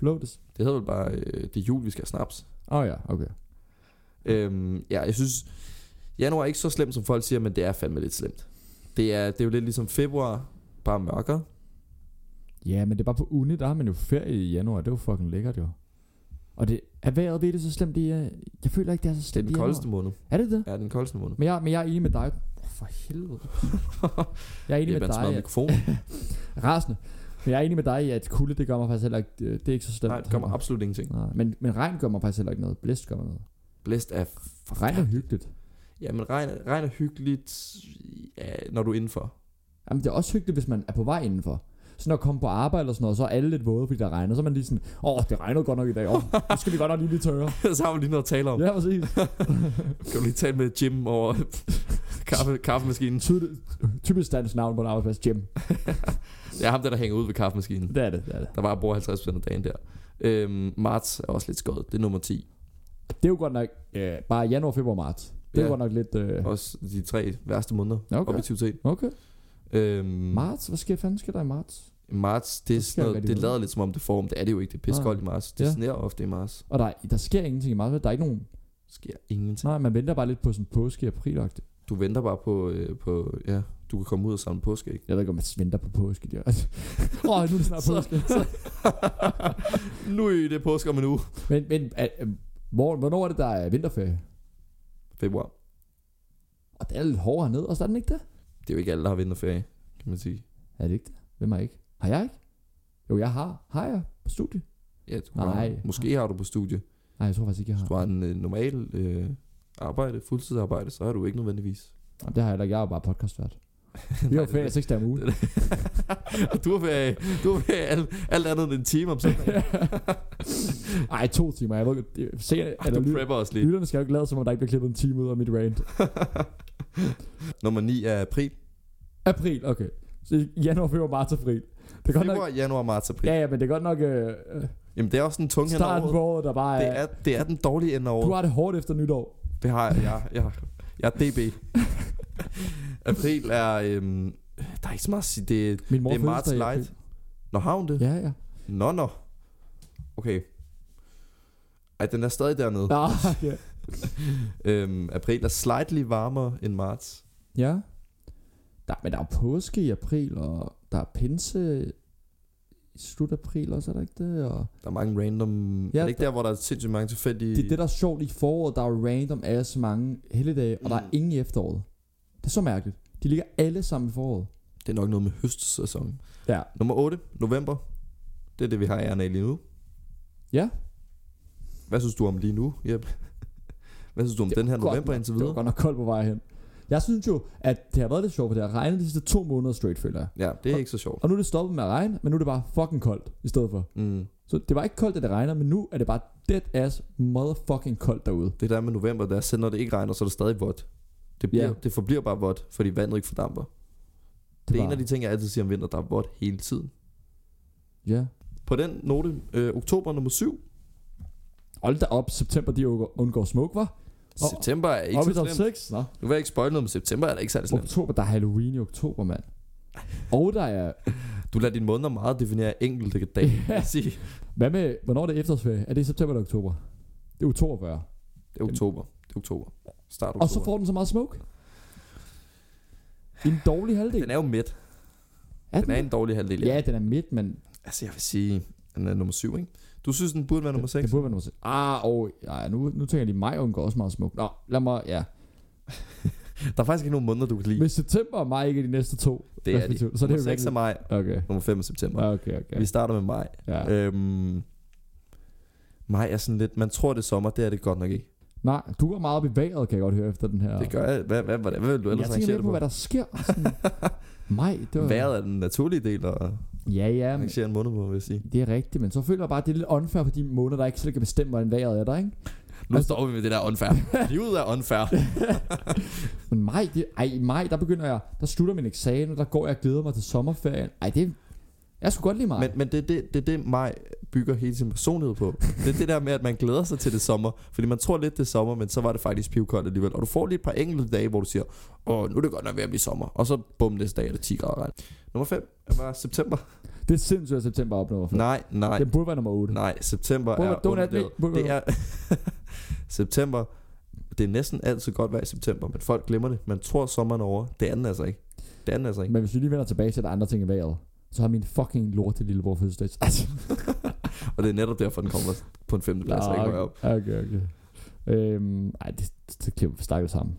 [SPEAKER 2] Lotus.
[SPEAKER 1] Det hedder vel bare, øh, det er jul, vi skal have snaps.
[SPEAKER 2] Åh oh, ja, okay.
[SPEAKER 1] Øhm, ja, jeg synes, januar er ikke så slemt, som folk siger, men det er fandme lidt slemt. Det er, det er jo lidt ligesom februar, bare mørkere.
[SPEAKER 2] Ja, men det er bare på uni, der har man jo ferie i januar. Det er jo fucking lækkert jo. Og det, er vejret ved det så slemt i, øh, jeg føler ikke, det er så
[SPEAKER 1] Det er
[SPEAKER 2] slemt
[SPEAKER 1] den
[SPEAKER 2] i januar.
[SPEAKER 1] koldeste måned.
[SPEAKER 2] Er det det?
[SPEAKER 1] Ja, den koldeste måned.
[SPEAKER 2] Men jeg, men jeg er enig med dig. Oh, for helvede. Jeg er enig
[SPEAKER 1] Jeg
[SPEAKER 2] med
[SPEAKER 1] bandt smadret
[SPEAKER 2] dig. øh,
[SPEAKER 1] mikrofon.
[SPEAKER 2] Rasende. Men jeg er enig med dig i, at kulde, det gør mig faktisk heller ikke, øh, det det er ikke så slemt.
[SPEAKER 1] Nej, det kommer absolut ingenting.
[SPEAKER 2] Nej, men, men regn gør mig faktisk heller ikke noget. Blæst gør mig noget.
[SPEAKER 1] Blæst af...
[SPEAKER 2] For regn er hyggeligt.
[SPEAKER 1] Ja, men regn, er- regn er hyggeligt, ja, når du er indenfor.
[SPEAKER 2] Jamen, det er også hyggeligt, hvis man er på vej indenfor. Så når jeg kommer på arbejde og sådan noget, så er alle lidt våde, fordi der regner. Så er man lige sådan, åh, det regnede godt nok i dag. Åh, nu skal vi godt nok lige blive tørre.
[SPEAKER 1] så har vi lige noget at tale om. Ja.
[SPEAKER 2] Ja, præcis.
[SPEAKER 1] Kan du lige tale med Jim over kaffe, kaffemaskinen?
[SPEAKER 2] Tydeligt, typisk dansk navn på en arbejdsplads, Jim.
[SPEAKER 1] Det er ham, der, der hænger ud ved kaffemaskinen.
[SPEAKER 2] Det er det, det er det.
[SPEAKER 1] Der var at bruge 50% af dagen der. Øhm, marts er også lidt skødt. Det er nummer 10.
[SPEAKER 2] Det er jo godt nok øh, bare januar, februar, marts. Det er
[SPEAKER 1] Ja.
[SPEAKER 2] jo godt nok lidt... Øh,
[SPEAKER 1] Også de tre værste måneder.
[SPEAKER 2] Okay.
[SPEAKER 1] Objektivitet.
[SPEAKER 2] okay.
[SPEAKER 1] Øhm,
[SPEAKER 2] Marts? Hvad sker fanden sker der i marts?
[SPEAKER 1] marts, det, er
[SPEAKER 2] Det skal
[SPEAKER 1] sådan
[SPEAKER 2] jeg
[SPEAKER 1] noget,
[SPEAKER 2] rigtig
[SPEAKER 1] det
[SPEAKER 2] vide.
[SPEAKER 1] lader lidt som om det form. Det er det jo ikke. Det er pissekoldt i marts. Det
[SPEAKER 2] Ja.
[SPEAKER 1] ja. sneer ofte i marts.
[SPEAKER 2] Og der, er- der sker ingenting i marts. vel? Der er ikke nogen...
[SPEAKER 1] Sker ingenting.
[SPEAKER 2] Nej, man venter bare lidt på sådan påske i april -agtigt.
[SPEAKER 1] Du venter bare på, øh, på ja, du kan komme ud og samle påskeæg.
[SPEAKER 2] Jeg ved ikke, om man venter på påske. Det er- Åh, oh, nu er det snart
[SPEAKER 1] Så-
[SPEAKER 2] påske.
[SPEAKER 1] nu er det påske om en uge.
[SPEAKER 2] Men, men er, øh, hvor, hvornår er det, der er vinterferie?
[SPEAKER 1] Februar.
[SPEAKER 2] Og det er lidt hårdere hernede, og så er den ikke det?
[SPEAKER 1] Det er jo ikke alle, der har vinterferie, kan man sige.
[SPEAKER 2] Er det ikke det? Hvem har ikke? Har jeg ikke? Jo, jeg har. Har jeg på studie?
[SPEAKER 1] Ja, du
[SPEAKER 2] Nej.
[SPEAKER 1] Har, måske har du på studie.
[SPEAKER 2] Nej, jeg tror faktisk ikke, jeg
[SPEAKER 1] Hvis
[SPEAKER 2] har.
[SPEAKER 1] du har en øh, normal øh, arbejde, fuldtidsarbejde, så har du ikke nødvendigvis.
[SPEAKER 2] Jamen, det har jeg heller ikke. Jeg er jo bare podcastvært. Vi har jo ferie seks dage om ugen.
[SPEAKER 1] Og du har ferie, du har ferie alt, alt andet end en time om søndagen.
[SPEAKER 2] Ej, to timer. Jeg ved ikke. det- Se,
[SPEAKER 1] Ej,
[SPEAKER 2] eller
[SPEAKER 1] du
[SPEAKER 2] lyt,
[SPEAKER 1] prepper os lidt.
[SPEAKER 2] lytterne skal jo ikke lade, som om der ikke bliver klippet en time ud af mit rant.
[SPEAKER 1] Nummer 9 er april.
[SPEAKER 2] April, okay. Så i januar, februar, marts, april. Det er godt nok...
[SPEAKER 1] Februar, januar, marts, april.
[SPEAKER 2] Ja,
[SPEAKER 1] Ja.
[SPEAKER 2] ja, men det er godt nok øh, øh,
[SPEAKER 1] Jamen, det er også en tung hen
[SPEAKER 2] starten på året, der bare
[SPEAKER 1] Det
[SPEAKER 2] er...
[SPEAKER 1] er, det er den dårlige ende af året.
[SPEAKER 2] Du har det hårdt efter nytår.
[SPEAKER 1] Det har jeg. Jeg, jeg, jeg er DB. april er... Øhm, der er ikke så meget at sige. Det,
[SPEAKER 2] Min mor
[SPEAKER 1] det er marts
[SPEAKER 2] fødselsdag i april.
[SPEAKER 1] light. Nå, har hun det?
[SPEAKER 2] Ja, ja.
[SPEAKER 1] Nå, nå. Okay. Ej, den er stadig dernede.
[SPEAKER 2] Nå, ja.
[SPEAKER 1] Øhm, april er slightly varmere end marts.
[SPEAKER 2] Ja. Der, men der er påske i april, og der er pinse i slut april også, er der ikke det? Og
[SPEAKER 1] Der er mange random... Ja,
[SPEAKER 2] Ja,
[SPEAKER 1] er det ikke der, hvor der er sindssygt mange tilfældige...
[SPEAKER 2] det er det, der er sjovt i foråret. Der er jo random af så mange helligdage, og der er
[SPEAKER 1] Mm.
[SPEAKER 2] ingen i efteråret. Det er så mærkeligt. De ligger alle sammen i foråret.
[SPEAKER 1] det er nok noget med høstsæsonen.
[SPEAKER 2] Ja.
[SPEAKER 1] Nummer 8, november. Det er det, vi har æren af lige nu.
[SPEAKER 2] Ja.
[SPEAKER 1] Hvad synes du om lige nu, Jeb? Hvad synes du om
[SPEAKER 2] Det
[SPEAKER 1] den her
[SPEAKER 2] var godt
[SPEAKER 1] november
[SPEAKER 2] nok-
[SPEAKER 1] indtil
[SPEAKER 2] Det var
[SPEAKER 1] videre?
[SPEAKER 2] godt nok koldt på vej hen. Jeg synes jo, at det har været lidt sjovt, for det har regnet de sidste to måneder straight, føler jeg.
[SPEAKER 1] Ja, det er ikke så sjovt.
[SPEAKER 2] Og nu er det stoppet med at regne, men nu er det bare fucking koldt i stedet for.
[SPEAKER 1] Mm.
[SPEAKER 2] Så det var ikke koldt, at det regner, men nu er det bare dead ass motherfucking koldt derude.
[SPEAKER 1] Det der med november, det er, selv når det ikke regner, så er det stadig vådt. Det, bliver,
[SPEAKER 2] Ja.
[SPEAKER 1] yeah. det forbliver bare vådt, fordi vandet ikke fordamper. Det, det er
[SPEAKER 2] var-
[SPEAKER 1] en af de ting, jeg altid siger om vinter, der er vådt hele tiden.
[SPEAKER 2] Ja.
[SPEAKER 1] På den note, øh, oktober nummer 7.
[SPEAKER 2] Hold da op, september de undgår- undgår smuk, var? Og-
[SPEAKER 1] September er ikke
[SPEAKER 2] Op
[SPEAKER 1] så
[SPEAKER 2] i top
[SPEAKER 1] slemt.
[SPEAKER 2] 6? Nå.
[SPEAKER 1] Nu vil jeg ikke spoil noget, men september er da ikke særlig slemt.
[SPEAKER 2] Oktober, der er Halloween i oktober, mand. Og der er...
[SPEAKER 1] Du lader dine måneder meget definere enkelte dage.
[SPEAKER 2] Ja.
[SPEAKER 1] Yeah. Sige.
[SPEAKER 2] Hvad med, hvornår er det efterårsferie? Er det i september eller oktober? Det er jo 42.
[SPEAKER 1] Det er oktober. Det er oktober. Start oktober.
[SPEAKER 2] Og så får den så meget smoke. En dårlig halvdel.
[SPEAKER 1] Den er jo midt.
[SPEAKER 2] Er
[SPEAKER 1] Den er en dårlig halvdel.
[SPEAKER 2] Ja, den er midt, men
[SPEAKER 1] Altså, jeg vil sige, den er nummer 7, ikke? Du synes, den burde være nummer 6?
[SPEAKER 2] det burde være nummer 6. Ah, og ja, nu, nu tænker jeg lige, maj undgår også meget smukt. Nå, lad mig, ja.
[SPEAKER 1] Der er faktisk ikke nogen måneder, du kan lide.
[SPEAKER 2] Hvis september og maj ikke er de næste to,
[SPEAKER 1] det er
[SPEAKER 2] respektive,
[SPEAKER 1] det.
[SPEAKER 2] så er det
[SPEAKER 1] nummer
[SPEAKER 2] jo
[SPEAKER 1] 6 er
[SPEAKER 2] virkelig-
[SPEAKER 1] maj,
[SPEAKER 2] okay.
[SPEAKER 1] nummer 5 er september. Ja.
[SPEAKER 2] Okay, okay.
[SPEAKER 1] Vi starter med maj.
[SPEAKER 2] Ja.
[SPEAKER 1] Ja. Øhm, maj er sådan lidt... Man tror, det er sommer. Det er det godt nok ikke.
[SPEAKER 2] Nej, du var meget op i vejret, kan jeg godt høre efter den her.
[SPEAKER 1] Ja. Det gør jeg. Hvad, hvad, hvad, hvad vil du ellers
[SPEAKER 2] Men Jeg tænker
[SPEAKER 1] arrangere
[SPEAKER 2] lidt
[SPEAKER 1] det
[SPEAKER 2] på, hvad
[SPEAKER 1] på?
[SPEAKER 2] der sker. Sådan, maj, det var...
[SPEAKER 1] Været er den naturlige del at
[SPEAKER 2] Ja, ja, men,
[SPEAKER 1] arrangere en måned på, vil jeg sige.
[SPEAKER 2] det er rigtigt, men så føler jeg bare, at det er lidt unfair for de måneder, der ikke selv kan bestemme, hvordan vejret er der, ikke?
[SPEAKER 1] Nu
[SPEAKER 2] Altså-
[SPEAKER 1] står vi med det der unfair. Livet er unfair.
[SPEAKER 2] Men maj, det, ej, i maj, der begynder jeg, der slutter min eksamen, og der går jeg og glæder mig til sommerferien. Ej, det, jeg skulle godt lide maj.
[SPEAKER 1] Men, men det, er det, det er det, mig bygger hele sin personlighed på. Det er det der med, at man glæder sig til det sommer. Fordi man tror lidt, det er sommer, men så var det faktisk pivkoldt alligevel. Og du får lige et par enkelte dage, hvor du siger, åh, nu er det godt nok ved at blive sommer. Og så bum, næste dag er det 10 grader regn. Nummer 5 var september.
[SPEAKER 2] det Det er sindssygt, at september er oppe nummer 5.
[SPEAKER 1] Nej, nej,
[SPEAKER 2] Den burde være nummer 8.
[SPEAKER 1] nej. September
[SPEAKER 2] Hvorfor-
[SPEAKER 1] er
[SPEAKER 2] don't at me.
[SPEAKER 1] undervurderet.
[SPEAKER 2] Hvorfor-
[SPEAKER 1] Det er... september... Det er næsten altid godt vejr i september, men folk glemmer det. Man tror sommeren er over. Det er den altså ikke. Det er den altså ikke.
[SPEAKER 2] Men hvis vi lige vender tilbage til, at der er andre ting i vejret, så har min fucking lorte lillebror fødselsdag. Altså,
[SPEAKER 1] Og det er netop derfor, den kommer på en femte plads, og ikke højere op.
[SPEAKER 2] okay, okay, okay. Øhm, ej, det, det klipper vi stakket sammen.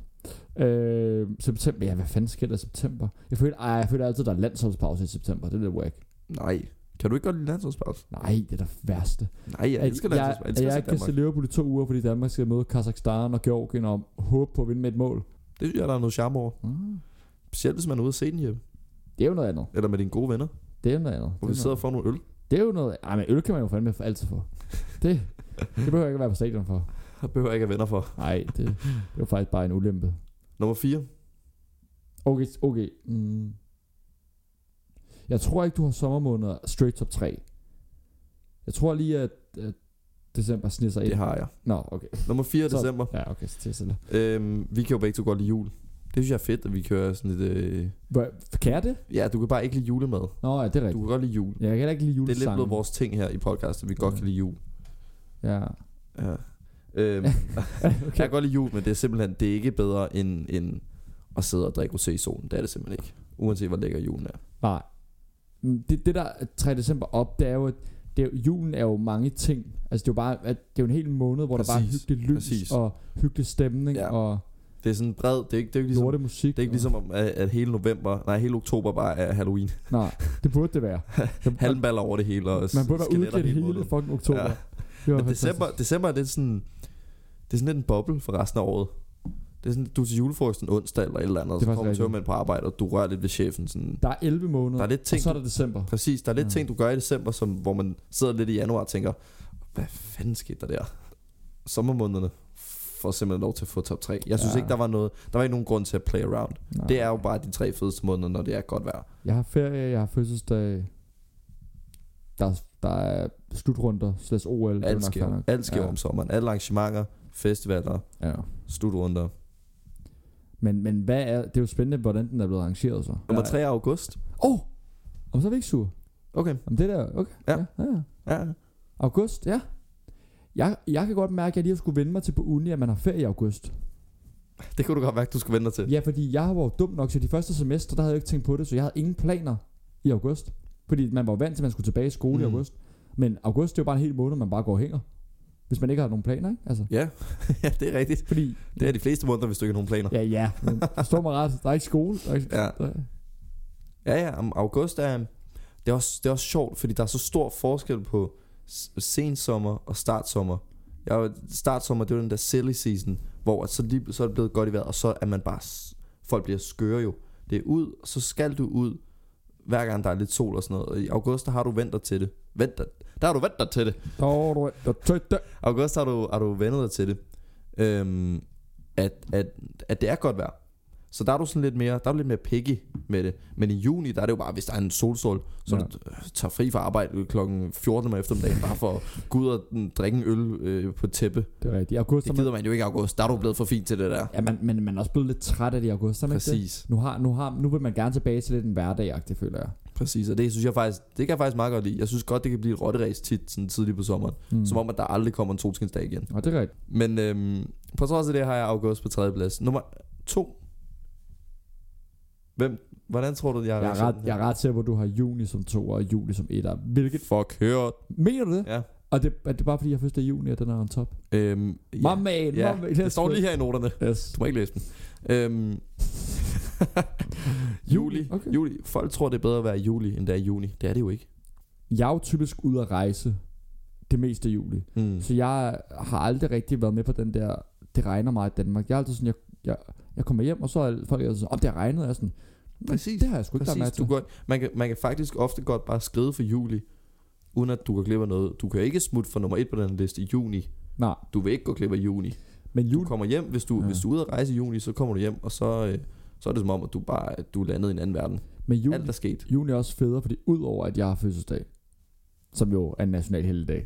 [SPEAKER 2] Øhm, september, ja, hvad fanden sker der i september? Jeg føler, ej, jeg føler altid, der er landsholdspause i september. Det er lidt whack.
[SPEAKER 1] Nej. Kan du ikke godt lide landsholdspause?
[SPEAKER 2] Nej, det er det værste.
[SPEAKER 1] Nej, jeg elsker
[SPEAKER 2] jeg, jeg,
[SPEAKER 1] landsholdspause. Jeg elsker
[SPEAKER 2] jeg
[SPEAKER 1] jeg,
[SPEAKER 2] ikke kan se
[SPEAKER 1] Danmark.
[SPEAKER 2] Liverpool i to uger, fordi Danmark skal møde Kazakhstan og Georgien og håbe på at vinde med et mål.
[SPEAKER 1] Det synes jeg, der er noget charme over.
[SPEAKER 2] Mm.
[SPEAKER 1] Specielt hvis man er ude at se den hjemme.
[SPEAKER 2] Det er jo noget andet.
[SPEAKER 1] Eller med dine gode venner.
[SPEAKER 2] Det er jo noget andet.
[SPEAKER 1] Hvor
[SPEAKER 2] det,
[SPEAKER 1] vi
[SPEAKER 2] er
[SPEAKER 1] sidder
[SPEAKER 2] noget.
[SPEAKER 1] og får nogle øl.
[SPEAKER 2] det er jo noget... Ej, men øl kan man jo fandme for altid få. Det, det behøver jeg ikke at være på stadion for.
[SPEAKER 1] Der behøver jeg ikke at have venner for.
[SPEAKER 2] Nej, det, det var faktisk bare en ulempe.
[SPEAKER 1] Nummer 4.
[SPEAKER 2] Okay, okay. Mm. Jeg tror ikke, du har sommermåneder straight top 3. Jeg tror lige, at, at december sniger sig ind.
[SPEAKER 1] Det har jeg.
[SPEAKER 2] Nå, okay.
[SPEAKER 1] Nummer 4
[SPEAKER 2] Så-
[SPEAKER 1] december.
[SPEAKER 2] Ja, okay. Så det er sådan.
[SPEAKER 1] Øhm, vi kan jo begge to godt lide jul. Det synes jeg er fedt, at vi kører sådan et... Øh...
[SPEAKER 2] Hvor- Kan jeg det?
[SPEAKER 1] Ja, du kan bare ikke lide julemad.
[SPEAKER 2] Nå, ja, det er
[SPEAKER 1] Du
[SPEAKER 2] rigtigt.
[SPEAKER 1] kan godt lide jul.
[SPEAKER 2] Ja, jeg kan heller ikke lide
[SPEAKER 1] Det er
[SPEAKER 2] julesange.
[SPEAKER 1] lidt blevet vores ting her i podcasten, at vi godt
[SPEAKER 2] Ja.
[SPEAKER 1] kan lide jul.
[SPEAKER 2] Ja.
[SPEAKER 1] Ja. Øhm, okay. Jeg kan godt lide jul, men det er simpelthen det er ikke bedre end, end at sidde og drikke rosé i solen. Det er det simpelthen ikke. Uanset hvor lækker julen er.
[SPEAKER 2] Nej. Mm, Det, det der er 3. december op, det er jo, at det er, jo- julen er jo mange ting. Altså det er jo bare, at det er jo en hel måned, hvor der bare er
[SPEAKER 1] Præcis,
[SPEAKER 2] hyggeligt lys
[SPEAKER 1] præcis.
[SPEAKER 2] og hyggelig stemning
[SPEAKER 1] Ja,
[SPEAKER 2] ja, og
[SPEAKER 1] Det er sådan en bred... Det er ikke, det er ikke
[SPEAKER 2] ligesom,
[SPEAKER 1] ligesom,
[SPEAKER 2] lorte musik.
[SPEAKER 1] det er ikke ligesom om, at, at hele november... Nej, hele oktober bare er Halloween.
[SPEAKER 2] Og, nej, det burde det være. Det-
[SPEAKER 1] Halmballer over det hele og
[SPEAKER 2] man burde være
[SPEAKER 1] skeletter
[SPEAKER 2] udklædt hele,
[SPEAKER 1] måneden.
[SPEAKER 2] fucking oktober.
[SPEAKER 1] Ja.
[SPEAKER 2] Ja. Det var
[SPEAKER 1] Men
[SPEAKER 2] fantastisk.
[SPEAKER 1] december, december er lidt sådan Det er sådan lidt en boble for resten af året Det er sådan Du er til julefrokosten onsdag eller et eller andet
[SPEAKER 2] Det
[SPEAKER 1] og Så
[SPEAKER 2] er faktisk
[SPEAKER 1] kommer
[SPEAKER 2] rigtigt.
[SPEAKER 1] tømmermænd på arbejde Og du rører lidt ved chefen sådan.
[SPEAKER 2] Der er 11 måneder,
[SPEAKER 1] Der er lidt
[SPEAKER 2] og
[SPEAKER 1] ting
[SPEAKER 2] så er
[SPEAKER 1] du,
[SPEAKER 2] der december.
[SPEAKER 1] Præcis der er lidt
[SPEAKER 2] Ja.
[SPEAKER 1] ting du gør i december som, Hvor man sidder lidt i januar og tænker Hvad fanden skete der der Sommermånederne Får simpelthen lov til at få top 3 Jeg synes
[SPEAKER 2] Ja.
[SPEAKER 1] ikke der var noget Der var ikke nogen grund til at play around
[SPEAKER 2] Nej.
[SPEAKER 1] Det er jo bare de tre fedeste måneder Når det er godt vejr
[SPEAKER 2] Jeg har ferie, jeg har fødselsdag. Der, er- der er slutrunder, slags OL. det er
[SPEAKER 1] Alt
[SPEAKER 2] nok
[SPEAKER 1] sker,
[SPEAKER 2] fair nok.
[SPEAKER 1] alt sker
[SPEAKER 2] Ja.
[SPEAKER 1] om sommeren Alle arrangementer Festivaler
[SPEAKER 2] Ja.
[SPEAKER 1] Slutrunder
[SPEAKER 2] Men, men hvad er, det er jo spændende, hvordan den er blevet arrangeret så.
[SPEAKER 1] Nummer
[SPEAKER 2] Der er-
[SPEAKER 1] 3 er august
[SPEAKER 2] Åh! Oh, så er vi ikke sure.
[SPEAKER 1] Okay
[SPEAKER 2] Om det der, okay.
[SPEAKER 1] Ja.
[SPEAKER 2] ja, ja.
[SPEAKER 1] Ja
[SPEAKER 2] August, ja. Jeg, jeg kan godt mærke, at jeg lige har skulle vende mig til på uni, at man har ferie i august.
[SPEAKER 1] Det kunne du godt mærke, du skulle vente dig til.
[SPEAKER 2] Ja, fordi jeg var jo dum nok til de første semester, der havde jeg ikke tænkt på det, så jeg havde ingen planer i august. Fordi man var jo vant til, at man skulle tilbage i skole mm. i
[SPEAKER 1] Mm.
[SPEAKER 2] august. Men august, det er jo bare en hel måned, man bare går og hænger. Hvis man ikke har nogen planer, ikke? Altså,
[SPEAKER 1] Ja, ja det er rigtigt.
[SPEAKER 2] fordi...
[SPEAKER 1] Det er de fleste måneder, hvis du ikke har nogen planer.
[SPEAKER 2] Ja, ja. Men forstår mig ret. Der er ikke skole. Der er ikke,
[SPEAKER 1] Ja.
[SPEAKER 2] der,
[SPEAKER 1] Ja, ja, om august er... Det er, også, det er også sjovt, fordi der er så stor forskel på s- sensommer og startsommer. Jeg, er jo- startsommer, det er jo den der silly season, hvor at så, lige, så er det blevet godt i vejret, og så er man bare... s- Folk bliver skøre jo. Det er ud, og så skal du ud, hver gang der er lidt sol og sådan noget. Og i august, der har du vendt dig til det. Vent dig. Der har du vendt dig til det.
[SPEAKER 2] der, er du- der, der, der,
[SPEAKER 1] August har du, har du vendet dig til det øhm, at, at, at det er godt vejr Så der er du sådan lidt mere Der er du lidt mere picky med det Men i juni der er det jo bare Hvis der er en solstrål Så
[SPEAKER 2] Ja.
[SPEAKER 1] ja. du øh, tager fri fra arbejde klokken 14 om eftermiddagen Bare for at gå ud og mm, drikke en øl øh, på et tæppe
[SPEAKER 2] det er rigtigt. I august,
[SPEAKER 1] Det
[SPEAKER 2] er man,
[SPEAKER 1] gider man jo ikke i august Der er du blevet for fin til det der
[SPEAKER 2] ja, man, men man er også blevet lidt træt af det i august, er man ikke det?
[SPEAKER 1] Præcis
[SPEAKER 2] Nu, har, nu, har, nu vil man gerne tilbage til lidt en hverdagagtig, føler jeg.
[SPEAKER 1] Præcis Og det synes jeg faktisk Det kan jeg faktisk meget godt lide Jeg synes godt det kan blive et rotteræs tit Sådan tidligt på sommeren mm. Som om at der aldrig kommer en solskinsdag igen
[SPEAKER 2] Og det er rigtigt.
[SPEAKER 1] Men øhm, på trods af det har jeg August på tredje plads. Nummer to. Hvem? Hvordan tror du, jeg
[SPEAKER 2] Jeg er, ret, jeg er ret sikker på, at du har juni som to og juli som etter. Hvilket...
[SPEAKER 1] Fuck, hørt.
[SPEAKER 2] Mener du det?
[SPEAKER 1] Ja.
[SPEAKER 2] Og det, er det bare fordi, jeg først er juni, at den er on top?
[SPEAKER 1] Øhm, ja.
[SPEAKER 2] Yeah. My man,
[SPEAKER 1] ja.
[SPEAKER 2] my man.
[SPEAKER 1] Det står lige her i noterne.
[SPEAKER 2] Yes.
[SPEAKER 1] Du må ikke læse dem. Øhm, juli.
[SPEAKER 2] Okay.
[SPEAKER 1] Okay. juli. Folk tror, det er bedre at være i juli, end det er i juni. Det er det jo ikke.
[SPEAKER 2] Jeg er jo typisk ude at rejse det meste af juli.
[SPEAKER 1] Mm.
[SPEAKER 2] Så jeg har aldrig rigtig været med på den der, det regner meget i Danmark. Jeg er altid sådan, jeg, jeg, jeg kommer hjem, og så er folk altid sådan, om det har regnet, og jeg er sådan, "Men
[SPEAKER 1] Præcis,
[SPEAKER 2] det har jeg sgu ikke
[SPEAKER 1] Præcis,
[SPEAKER 2] været
[SPEAKER 1] du
[SPEAKER 2] med til.
[SPEAKER 1] går, man, kan, man kan faktisk ofte godt bare skride for juli, uden at du går glip af noget. Du kan ikke smutte for nummer et på den her liste i juni.
[SPEAKER 2] Nej,
[SPEAKER 1] Du vil ikke gå glip af juni.
[SPEAKER 2] men
[SPEAKER 1] Du
[SPEAKER 2] jul,
[SPEAKER 1] kommer hjem, hvis du,
[SPEAKER 2] Ja.
[SPEAKER 1] ja. hvis du er ude at rejse i juni, så kommer du hjem, og så, øh, så er det som om, at du bare at du er landet i en anden verden.
[SPEAKER 2] men jul,
[SPEAKER 1] Alt er sket.
[SPEAKER 2] juni er også federe, fordi udover at jeg har fødselsdag, som jo er en national helligdag,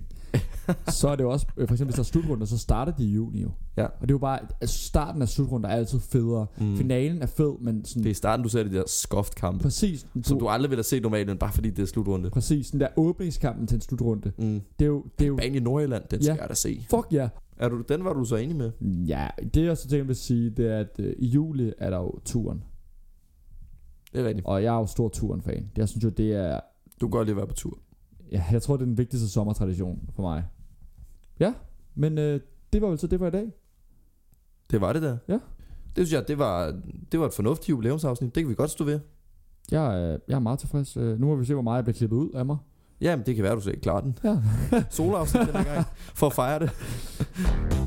[SPEAKER 2] så er det jo også, øh, for eksempel hvis der er slutrunder, så starter de i juni jo.
[SPEAKER 1] Ja.
[SPEAKER 2] Og det er jo bare, altså starten af slutrunder er altid federe. Mm. Finalen er fed, men sådan,
[SPEAKER 1] Det
[SPEAKER 2] det.
[SPEAKER 1] er i starten, du ser de der skoft kampe,
[SPEAKER 2] præcis,
[SPEAKER 1] som du aldrig ville have set normalt, men bare fordi det er slutrunde.
[SPEAKER 2] præcis den der åbningskampen til en slutrunde,
[SPEAKER 1] Mm.
[SPEAKER 2] det er jo, det er jo
[SPEAKER 1] Bane i Nordjylland, den
[SPEAKER 2] Ja.
[SPEAKER 1] skal jeg da se.
[SPEAKER 2] fuck ja. Yeah.
[SPEAKER 1] Er du, den var du så enig med?
[SPEAKER 2] Ja, det jeg så tænkt vil sige, det er, at øh, i juli er der jo turen.
[SPEAKER 1] Det er rigtigt.
[SPEAKER 2] Og jeg er jo stor turen-fan. Jeg synes jo, det er...
[SPEAKER 1] Du kan godt lide at være på tur.
[SPEAKER 2] Ja, jeg tror, det er den vigtigste sommertradition for mig. Ja, men øh, det var vel så det for i dag.
[SPEAKER 1] Det var det der.
[SPEAKER 2] Ja.
[SPEAKER 1] Det synes jeg, det var, det var et fornuftigt jubilæumsafsnit. Det kan vi godt stå ved.
[SPEAKER 2] Jeg, øh, jeg er meget tilfreds. Øh, nu må vi se, hvor meget jeg bliver klippet ud af mig.
[SPEAKER 1] Jamen, det kan være, du slet ikke klarer den.
[SPEAKER 2] Ja.
[SPEAKER 1] Solafsnit den her gang, for at fejre det.